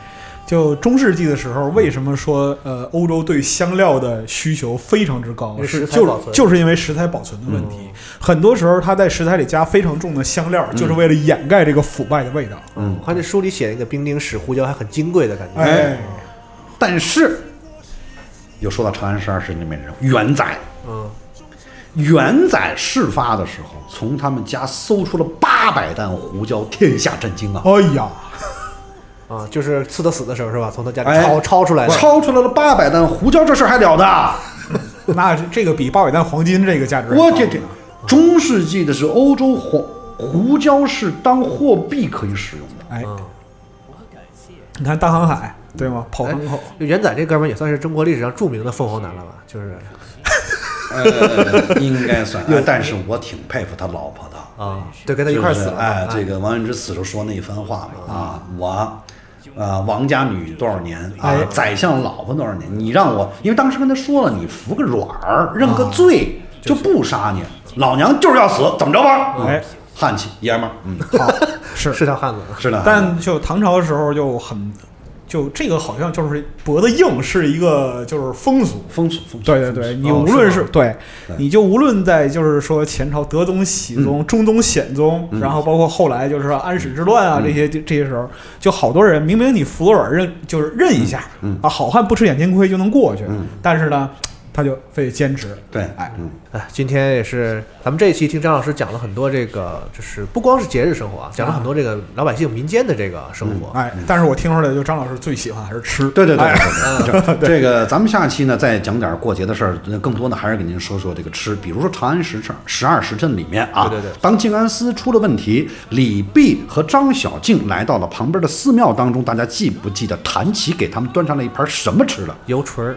Speaker 4: 就中世纪的时候，为什么说呃欧洲对香料的需求非常之高
Speaker 3: 因？为
Speaker 4: 是
Speaker 3: 食材
Speaker 4: 就
Speaker 3: 保
Speaker 4: 是
Speaker 3: 存嗯
Speaker 4: 就是因为食材保存的问题，很多时候它在食材里加非常重的香料，就是为了掩盖这个腐败的味道。
Speaker 5: 嗯
Speaker 3: 我看那书里写那个冰丁使胡椒还很金贵的感觉。
Speaker 4: 哎，
Speaker 5: 但是，又说到长安十二时里面人元载，
Speaker 3: 嗯，
Speaker 5: 元载事发的时候，从他们家搜出了八百担胡椒，天下震惊啊！
Speaker 4: 哎呀，
Speaker 3: 啊，就是刺他死的时候是吧？从他家
Speaker 5: 哎
Speaker 3: 里抄抄出来的。
Speaker 5: 抄出来了八百担胡椒，这事儿还了得？啊
Speaker 4: 那这这个比八百担黄金这个价值还高
Speaker 5: 我
Speaker 4: 呢，
Speaker 5: 天天！中世纪的时候，欧洲黄胡椒是当货币可以使用的。
Speaker 4: 哎，
Speaker 3: 嗯，
Speaker 4: 你看大航海对吗？跑
Speaker 3: 哎
Speaker 4: 港口，
Speaker 3: 就元载这哥们儿也算是中国历史上著名的凤凰男了吧？就是
Speaker 5: 呃，应该 算。哎但是我挺佩服他老婆的，
Speaker 3: 啊，对，跟他一块儿死啊
Speaker 5: 就
Speaker 3: 了。
Speaker 5: 是哎，这个王羲之死时候说那番话嘛啊，我。呃，王家女多少年啊？宰相老婆多少年？你让我，因为当时跟他说了，你服个软儿，认个罪，就不杀你。老娘就是要死，怎么着吧？嗯
Speaker 4: 哎，
Speaker 5: 汉气爷们儿，嗯，
Speaker 4: 好 是
Speaker 3: 是条汉子啊。
Speaker 5: 是的。
Speaker 4: 但就唐朝的时候就很，就这个好像就是脖子硬是一个就是风俗。
Speaker 5: 风俗，风俗，
Speaker 4: 对对
Speaker 5: 风俗
Speaker 4: 对，你
Speaker 5: 哦
Speaker 4: 无论
Speaker 5: 是
Speaker 4: 是
Speaker 5: 吗
Speaker 4: 对
Speaker 5: 对，嗯
Speaker 4: 你就无论在就是说前朝德宗、喜宗、中宗、显宗，然后包括后来就是说安史之乱
Speaker 5: 嗯
Speaker 4: 啊这些这这些时候，就好多人明明你服个软认就是认一下
Speaker 5: 嗯
Speaker 4: 啊，好汉不吃眼前亏就能过去
Speaker 5: 嗯，
Speaker 4: 但是呢，他就非得坚持。
Speaker 5: 对，
Speaker 4: 哎，
Speaker 5: 嗯，
Speaker 3: 哎，今天也是咱们这一期听张老师讲了很多这个，就是不光是节日生活啊，讲了很多这个老百姓民间的这个生
Speaker 5: 嗯
Speaker 3: 活。
Speaker 4: 哎，但是我听出来，就张老师最喜欢还是吃。
Speaker 5: 对对对
Speaker 4: 哎
Speaker 5: 对对对，这个咱们下期呢再讲点过节的事儿，呃更多的还是给您说说这个吃，比如说《长安十城》十二时辰里面啊，
Speaker 3: 对对对
Speaker 5: 当静安寺出了问题，李泌和张小敬来到了旁边的寺庙当中，大家记不记得谭琪给他们端上了一盘什么吃的？
Speaker 3: 油锤儿，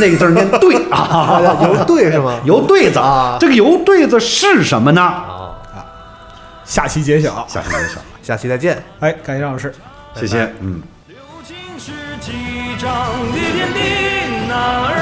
Speaker 5: 那个字儿念对啊，
Speaker 3: 油对是吗？
Speaker 5: 油对子
Speaker 3: 啊
Speaker 5: 这个油对子是什么呢？
Speaker 3: 啊，
Speaker 4: 下期揭晓。
Speaker 5: 下期揭晓，
Speaker 3: 下期再见。
Speaker 4: 哎，感谢张老师。
Speaker 5: 谢谢，嗯。
Speaker 6: 流尽是几丈的天地，男儿